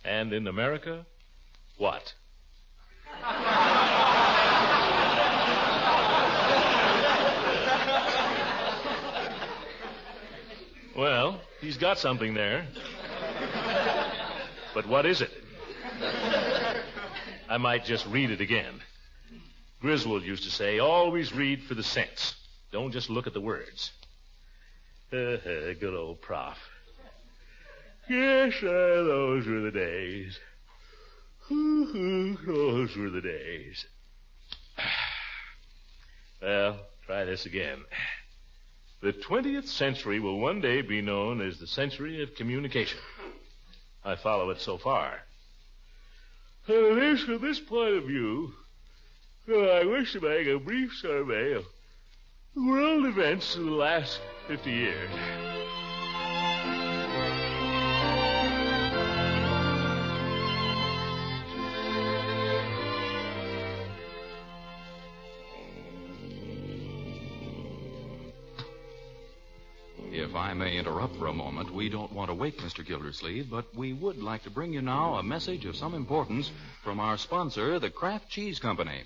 Q: And in America, what? Well, he's got something there. But what is it? I might just read it again. Griswold used to say, always read for the sense. Don't just look at the words. Uh, uh, good old prof. Yes, sir, those were the days. those were the days. Well, try this again. The 20th century will one day be known as the century of communication. I follow it so far. And it is from this point of view that I wish to make a brief survey of world events of the last 50 years.
O: If I may interrupt for a moment, we don't want to wake Mr. Gildersleeve, but we would like to bring you now a message of some importance from our sponsor, the Kraft Cheese Company.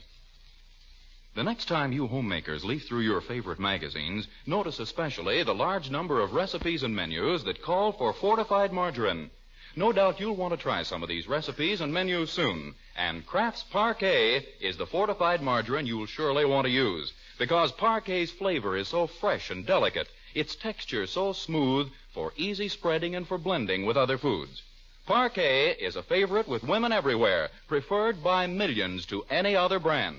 O: The next time you homemakers leaf through your favorite magazines, notice especially the large number of recipes and menus that call for fortified margarine. No doubt you'll want to try some of these recipes and menus soon, and Kraft's Parquet is the fortified margarine you'll surely want to use, because Parquet's flavor is so fresh and delicate, its texture so smooth for easy spreading and for blending with other foods. Parquet is a favorite with women everywhere, preferred by millions to any other brand.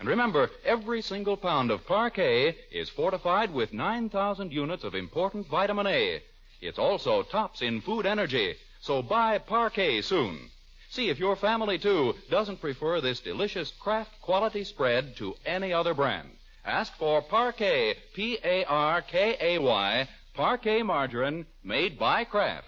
O: And remember, every single pound of parquet is fortified with 9,000 units of important vitamin A. It's also tops in food energy, so buy parquet soon. See if your family, too, doesn't prefer this delicious craft quality spread to any other brand. Ask for parquet, P A R K A Y, parquet margarine made by Kraft.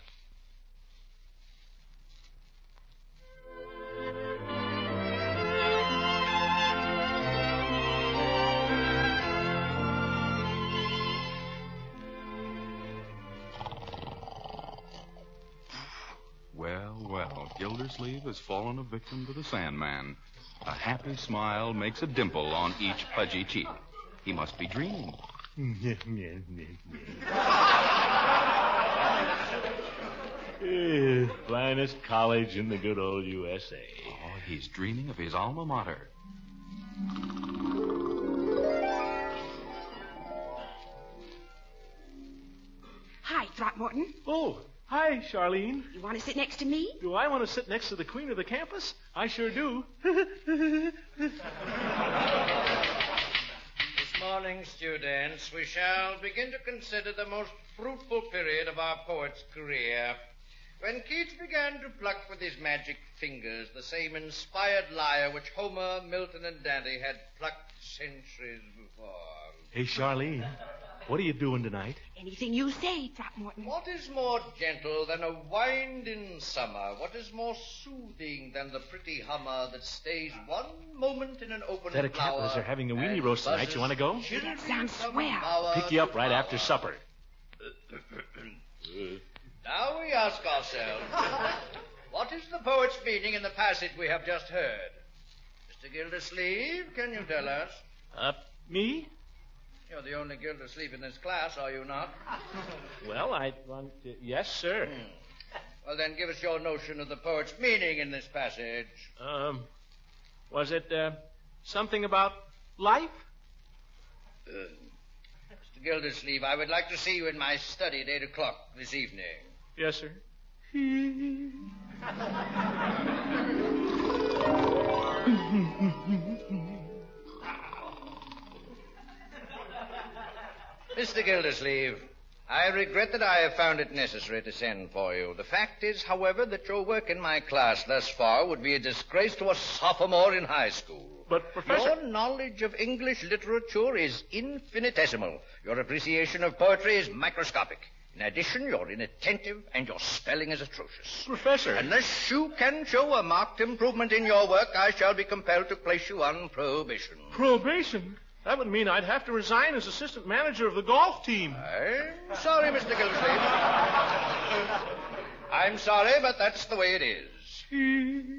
O: Well, well, Gildersleeve has fallen a victim to the Sandman. A happy smile makes a dimple on each pudgy cheek. He must be dreaming.
Q: Eh, finest college in the good old USA.
O: Oh, he's dreaming of his alma mater.
T: Hi, Throckmorton.
Q: Oh, hi, Charlene.
T: You want to sit next to me?
Q: Do I want to sit next to the queen of the campus? I sure do.
U: This morning, students, we shall begin to consider the most fruitful period of our poet's career. When Keats began to pluck with his magic fingers the same inspired lyre which Homer, Milton, and Dante had plucked centuries before.
Q: Hey, Charlene, what are you doing tonight?
T: Anything you say, Throckmorton.
U: What is more gentle than a wind in summer? What is more soothing than the pretty hummer that stays one moment in an open
Q: Theta
U: flower?
Q: Kappas are having a weenie roast tonight. You want to go?
U: Children from bower
Q: Pick you up
U: to
Q: right
U: bower.
Q: after supper.
U: Now we ask ourselves, what is the poet's meaning in the passage we have just heard? Mr. Gildersleeve, can you tell us?
Q: Uh, me?
U: You're the only Gildersleeve in this class, are you not?
Q: Well, I want to. Yes, sir.
U: Well, then give us your notion of the poet's meaning in this passage.
Q: Um, was it uh, something about life?
U: Mr. Uh, Gildersleeve, I would like to see you in my study at 8 o'clock this evening.
Q: Yes, sir.
U: Mr. Gildersleeve, I regret that I have found it necessary to send for you. The fact is, however, that your work in my class thus far would be a disgrace to a sophomore in high school.
Q: But, Professor.
U: Your knowledge of English literature is infinitesimal. Your appreciation of poetry is microscopic. In addition, you're inattentive and your spelling is atrocious.
Q: Professor.
U: Unless you can show a marked improvement in your work, I shall be compelled to place you on prohibition.
Q: Probation? That would mean I'd have to resign as assistant manager of the golf team.
U: I'm sorry, Mr. Gildersleeve. I'm sorry, but that's the way it is.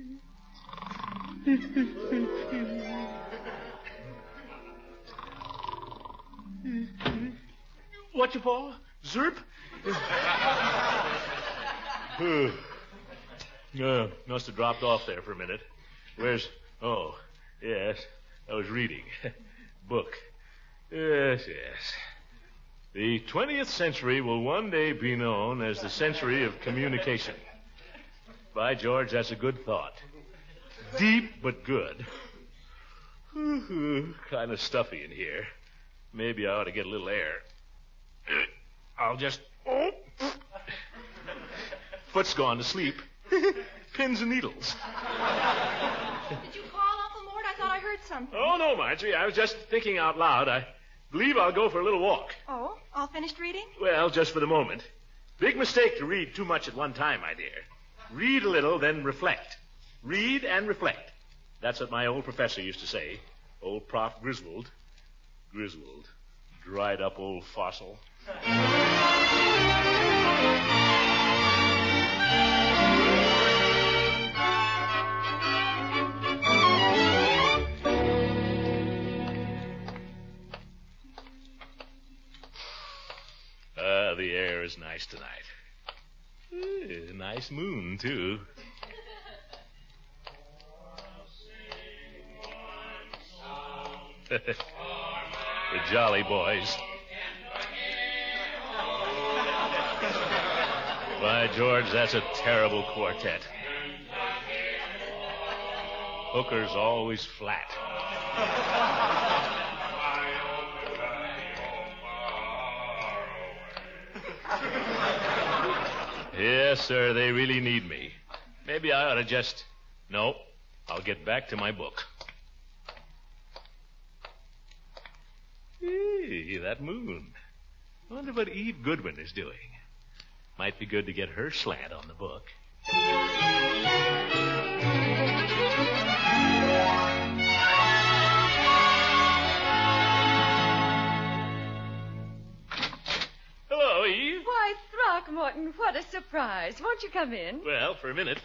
Q: What you for? Zerp? uh, must have dropped off there for a minute. Where's. Oh, yes. I was reading. Book. Yes, yes. The 20th century will one day be known as the century of communication. By George, that's a good thought. Deep, but good. kind of Hmm, stuffy in here. Maybe I ought to get a little air. Uh, I'll just. Oh. Foot's gone to sleep. Pins and needles.
R: Did you call, Uncle Mort? I thought I heard something.
Q: Oh, no, Marjorie. I was just thinking out loud. I believe I'll go for a little walk.
R: Oh, all finished reading?
Q: Well, just for the moment. Big mistake to read too much at one time, my dear. Read a little, then reflect. Read and reflect. That's what my old professor used to say. Old Prof Griswold. Griswold. Dried up old fossil. Ah, the air is nice tonight. Ooh, nice moon, too. the Jolly Boys. By George, that's a terrible quartet. Hooker's always flat. Yes, sir, they really need me. Maybe I ought to just. No, I'll get back to my book. Hey, that moon. Wonder what Eve Goodwin is doing. Might be good to get her slant on the book. Hello, Eve.
A: Why, Throckmorton, what a surprise. Won't you come in?
Q: Well, for a minute.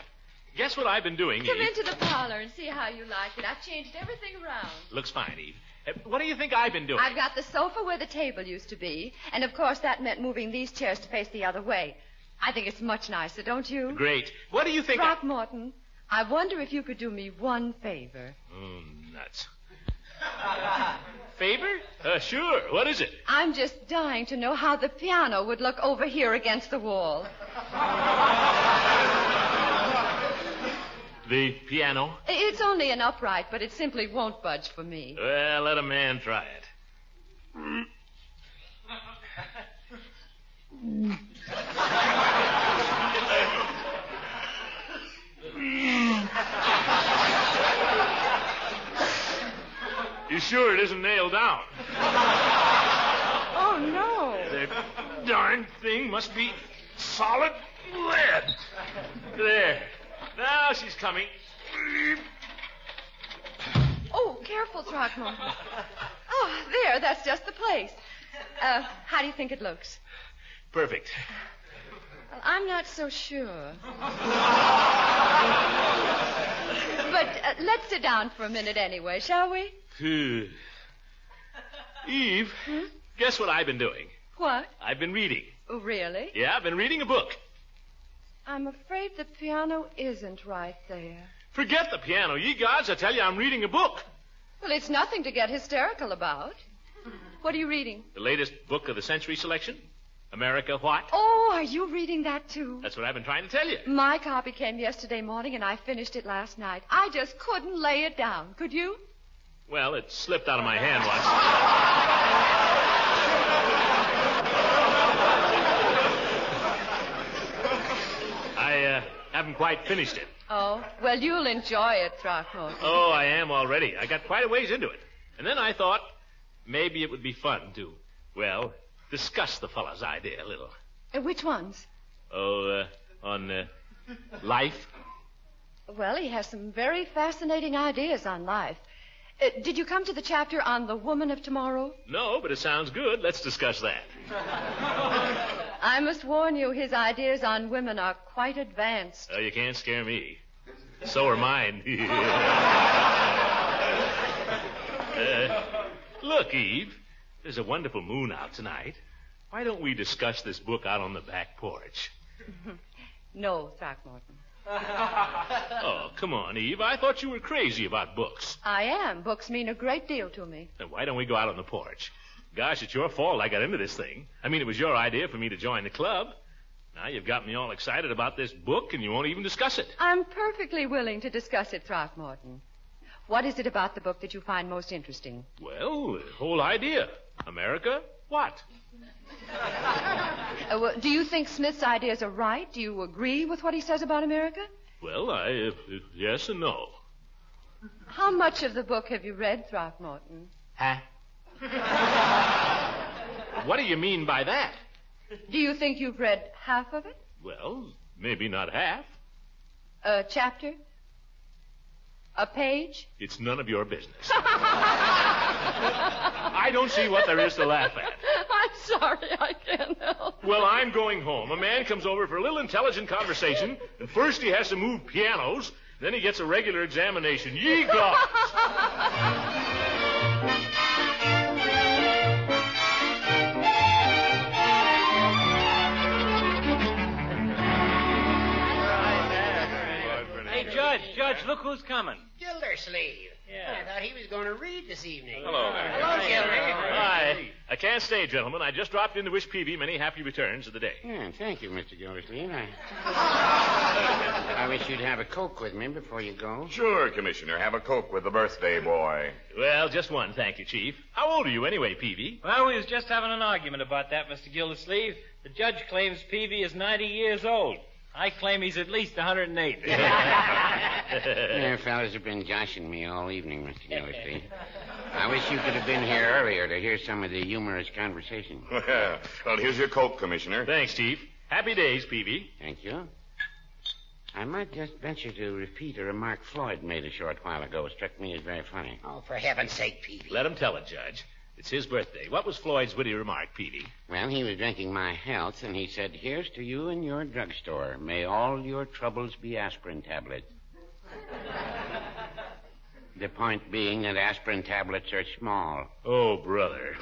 Q: Guess what I've been doing,
A: Come
Q: Eve.
A: into the parlor and see how you like it. I've changed everything around.
Q: Looks fine, Eve. Uh, What do you think I've been doing?
A: I've got the sofa where the table used to be, and of course that meant moving these chairs to face the other way. I think it's much nicer, don't you?
Q: Great. What do you think? I...
A: Throckmorton, I wonder if you could do me one favor.
Q: Oh, nuts. Favor? Uh, sure. What is it?
A: I'm just dying to know how the piano would look over here against the wall.
Q: The piano?
A: It's only an upright, but it simply won't budge for me.
Q: Well, let a man try it. Mm. sure it isn't nailed down.
S: Oh, no.
Q: The darn thing must be solid lead. There. Now she's coming.
A: Oh, careful, Throckmorton. Oh, there, that's just the place. Uh, how do you think it looks?
Q: Perfect.
A: Well, I'm not so sure. but uh, let's sit down for a minute anyway, shall we?
Q: Phew. Eve, guess what I've been doing?
A: What?
Q: I've been reading.
A: Oh, really?
Q: Yeah, I've been reading a book.
A: I'm afraid the piano isn't right there.
Q: Forget the piano, ye gods. I tell you, I'm reading a book.
A: Well, it's nothing to get hysterical about. What are you reading?
Q: The latest book of the century selection. America What?
A: Oh, are you reading that too?
Q: That's what I've been trying to tell you.
A: My copy came yesterday morning and I finished it last night. I just couldn't lay it down. Could you?
Q: Well, it slipped out of my hand once. I uh, haven't quite finished it.
A: Oh, well, you'll enjoy it, Throckmorton.
Q: Oh, I am already. I got quite a ways into it. And then I thought maybe it would be fun to, well, discuss the fellow's idea a little.
A: Uh, Which ones?
Q: Oh, uh, on uh, life.
A: Well, he has some very fascinating ideas on life. Uh, did you come to the chapter on the woman of tomorrow?
Q: No, but it sounds good. Let's discuss that.
A: I must warn you, his ideas on women are quite advanced.
Q: Oh, you can't scare me. So are mine. Uh, look, Eve, there's a wonderful moon out tonight. Why don't we discuss this book out on the back porch?
A: No, Throckmorton.
Q: Oh, come on, Eve. I thought you were crazy about books.
A: I am. Books mean a great deal to me.
Q: Then why don't we go out on the porch? Gosh, it's your fault I got into this thing. I mean, it was your idea for me to join the club. Now you've got me all excited about this book, and you won't even discuss it.
A: I'm perfectly willing to discuss it, Throckmorton. What is it about the book that you find most interesting?
Q: Well, the whole idea. America? What?
A: Uh, well, do you think Smith's ideas are right? Do you agree with what he says about America?
Q: Well, I. Uh, yes and no.
A: How much of the book have you read, Throckmorton?
Q: Huh? What do you mean by that?
A: Do you think you've read half of it?
Q: Well, maybe not half.
A: A chapter? A page?
Q: It's none of your business. I don't see what there is to laugh at.
A: I'm sorry, I can't help.
Q: Well, I'm going home. A man comes over for a little intelligent conversation, and first he has to move pianos, then he gets a regular examination. Ye gods!
L: Hey, Judge, Judge, look who's coming.
J: Gildersleeve.
L: Yeah.
J: I thought he was going to read this evening.
Q: Hello.
J: Hello, Gildersleeve.
Q: Hi. I can't stay, gentlemen. I just dropped in to wish Peavy many happy returns of the day.
V: Hmm.
J: Yeah, thank you, Mr. Gildersleeve. I...
Q: Oh.
J: I wish you'd have a Coke with me before you go.
V: Sure, Commissioner. Have a Coke with the birthday boy.
Q: Well, just one, thank you, Chief. How old are you anyway, Peavy?
L: Well, we was just having an argument about that, Mr. Gildersleeve. The judge claims Peavy is 90 years old. I claim he's at least 108.
J: Yeah, fellas have been joshing me all evening, Mr. Gildersleeve. I wish you could have been here earlier to hear some of the humorous conversation.
V: well, here's your Coke, Commissioner.
Q: Thanks, Chief. Happy days, Peavy.
J: Thank you. I might just venture to repeat a remark Floyd made a short while ago. It struck me as very funny. Oh, for heaven's sake, Peavy.
Q: Let him tell it, Judge. It's his birthday. What was Floyd's witty remark, Peavy?
J: Well, he was drinking my health, and he said, Here's to you and your drugstore. May all your troubles be aspirin tablets. the point being that aspirin tablets are small.
Q: Oh, brother.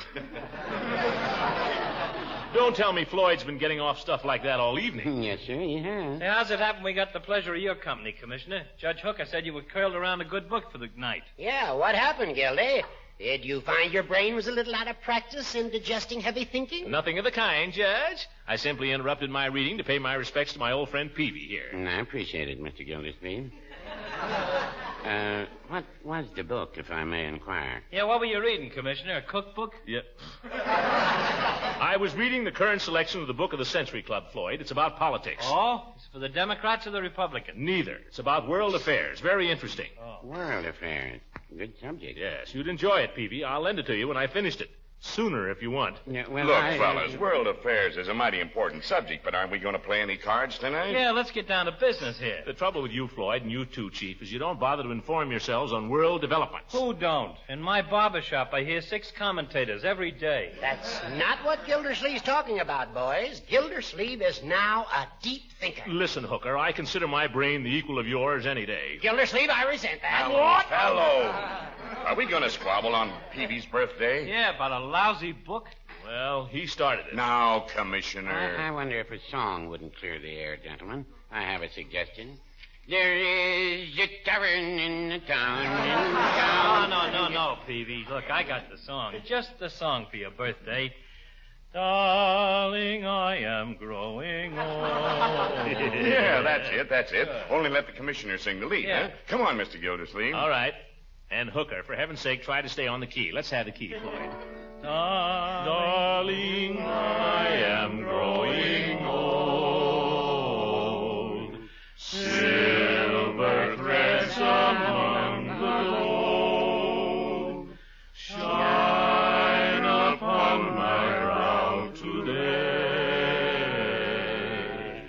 Q: Don't tell me Floyd's been getting off stuff like that all evening.
J: yes, sir, he has.
L: Hey, how's it happen we got the pleasure of your company, Commissioner? Judge Hooker said you were curled around a good book for the night.
W: Yeah, what happened, Gildy? Did you find your brain was a little out of practice in digesting heavy thinking?
Q: Nothing of the kind, Judge. I simply interrupted my reading to pay my respects to my old friend Peavy here.
J: And I appreciate it, Mr. Gildersleeve. Uh, what was the book, if I may inquire?
L: Yeah, what were you reading, Commissioner? A cookbook?
Q: Yep. I was reading the current selection of the book of the Century Club, Floyd. It's about politics.
L: Oh? It's for the Democrats or the Republicans?
Q: Neither. It's about world affairs. Very interesting.
J: World affairs.
V: Good subject.
T: Yes, you'd enjoy it, Peavy. I'll lend it to you when I finished it. Sooner, if you want.
V: well,
Q: Look,
V: I- uh,
Q: fellas, world affairs is a mighty important subject, but aren't we going to play any cards tonight?
T: Yeah, let's get down to business here. The trouble with you, Floyd, and you too, Chief, is you don't bother to inform yourselves on world developments.
L: Who don't? In my barber shop, I hear six commentators every day.
J: That's not what Gildersleeve's talking about, boys. Gildersleeve is now a deep thinker.
T: Listen, Hooker, I consider my brain the equal of yours any day.
J: Gildersleeve, I resent that.
Q: Hello, fellow. Are we going to squabble on Peavy's birthday?
T: Yeah, about a lousy book. Well, he started it.
Q: Now, Commissioner.
V: I, I wonder if a song wouldn't clear the air, gentlemen. I have a suggestion. There is a tavern in the town. In the
L: No,
V: town.
L: Oh, no, no, no, Peavy. Look, I got the song. Just the song for your birthday. Darling, oh, I am growing old.
Q: yeah, that's it, that's it. Only let the commissioner sing the lead,
T: Yeah.
Q: huh? Come on, Mr. Gildersleeve.
T: All right. And Hooker, for heaven's sake, try to stay on the key. Let's have the key, Floyd. Darling, I am growing old. Silver threads among the gold shine upon my brow today.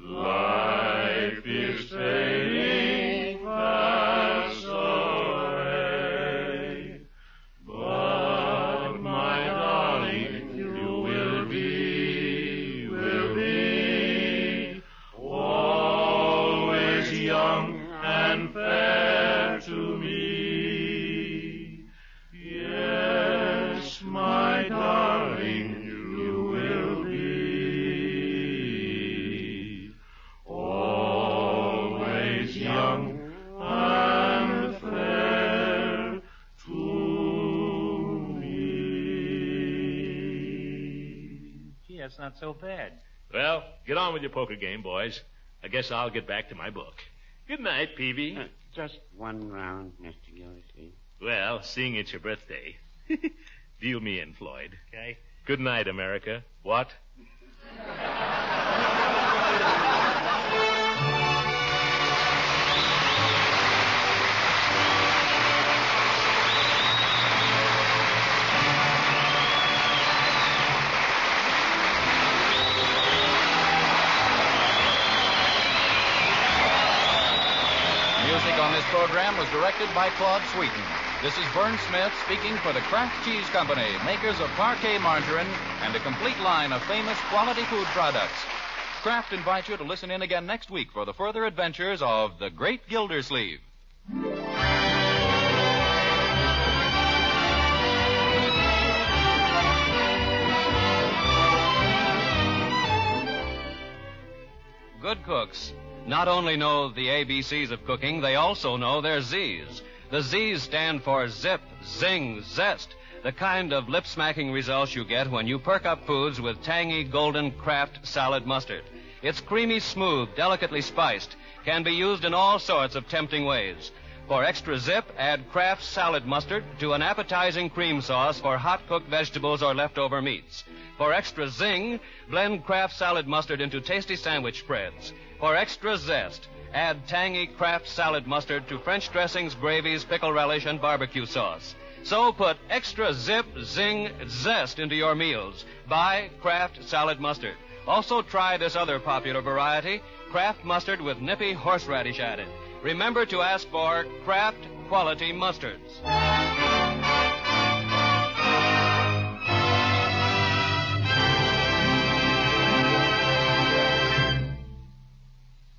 T: Life is fading fast away, but my darling, you will be, will be always young and fair to me. Yes, my darling, you will be always young and fair to me.
L: Gee, that's not so bad.
T: Well, get on with your poker game, boys. I guess I'll get back to my book. Good night, Peavy.
V: Uh, Just one round, Mr. Gildersleeve.
T: Well, seeing it's your birthday, deal me in, Floyd. Okay. Good night, America. What?
X: Music on this program was directed by Claude Sweeten. This is Vern Smith speaking for the Kraft Cheese Company, makers of parquet margarine and a complete line of famous quality food products. Kraft invites you to listen in again next week for the further adventures of the Great Gildersleeve. Good cooks not only know the ABCs of cooking, they also know their Z's. The Z's stand for zip, zing, zest, the kind of lip smacking results you get when you perk up foods with tangy golden Kraft salad mustard. It's creamy smooth, delicately spiced, can be used in all sorts of tempting ways. For extra zip, add Kraft salad mustard to an appetizing cream sauce for hot cooked vegetables or leftover meats. For extra zing, blend Kraft salad mustard into tasty sandwich spreads. For extra zest, add tangy Kraft salad mustard to French dressings, gravies, pickle relish, and barbecue sauce. So put extra zip, zing, zest into your meals. Buy Kraft salad mustard. Also try this other popular variety, Kraft mustard with nippy horseradish added. Remember to ask for Kraft quality mustards.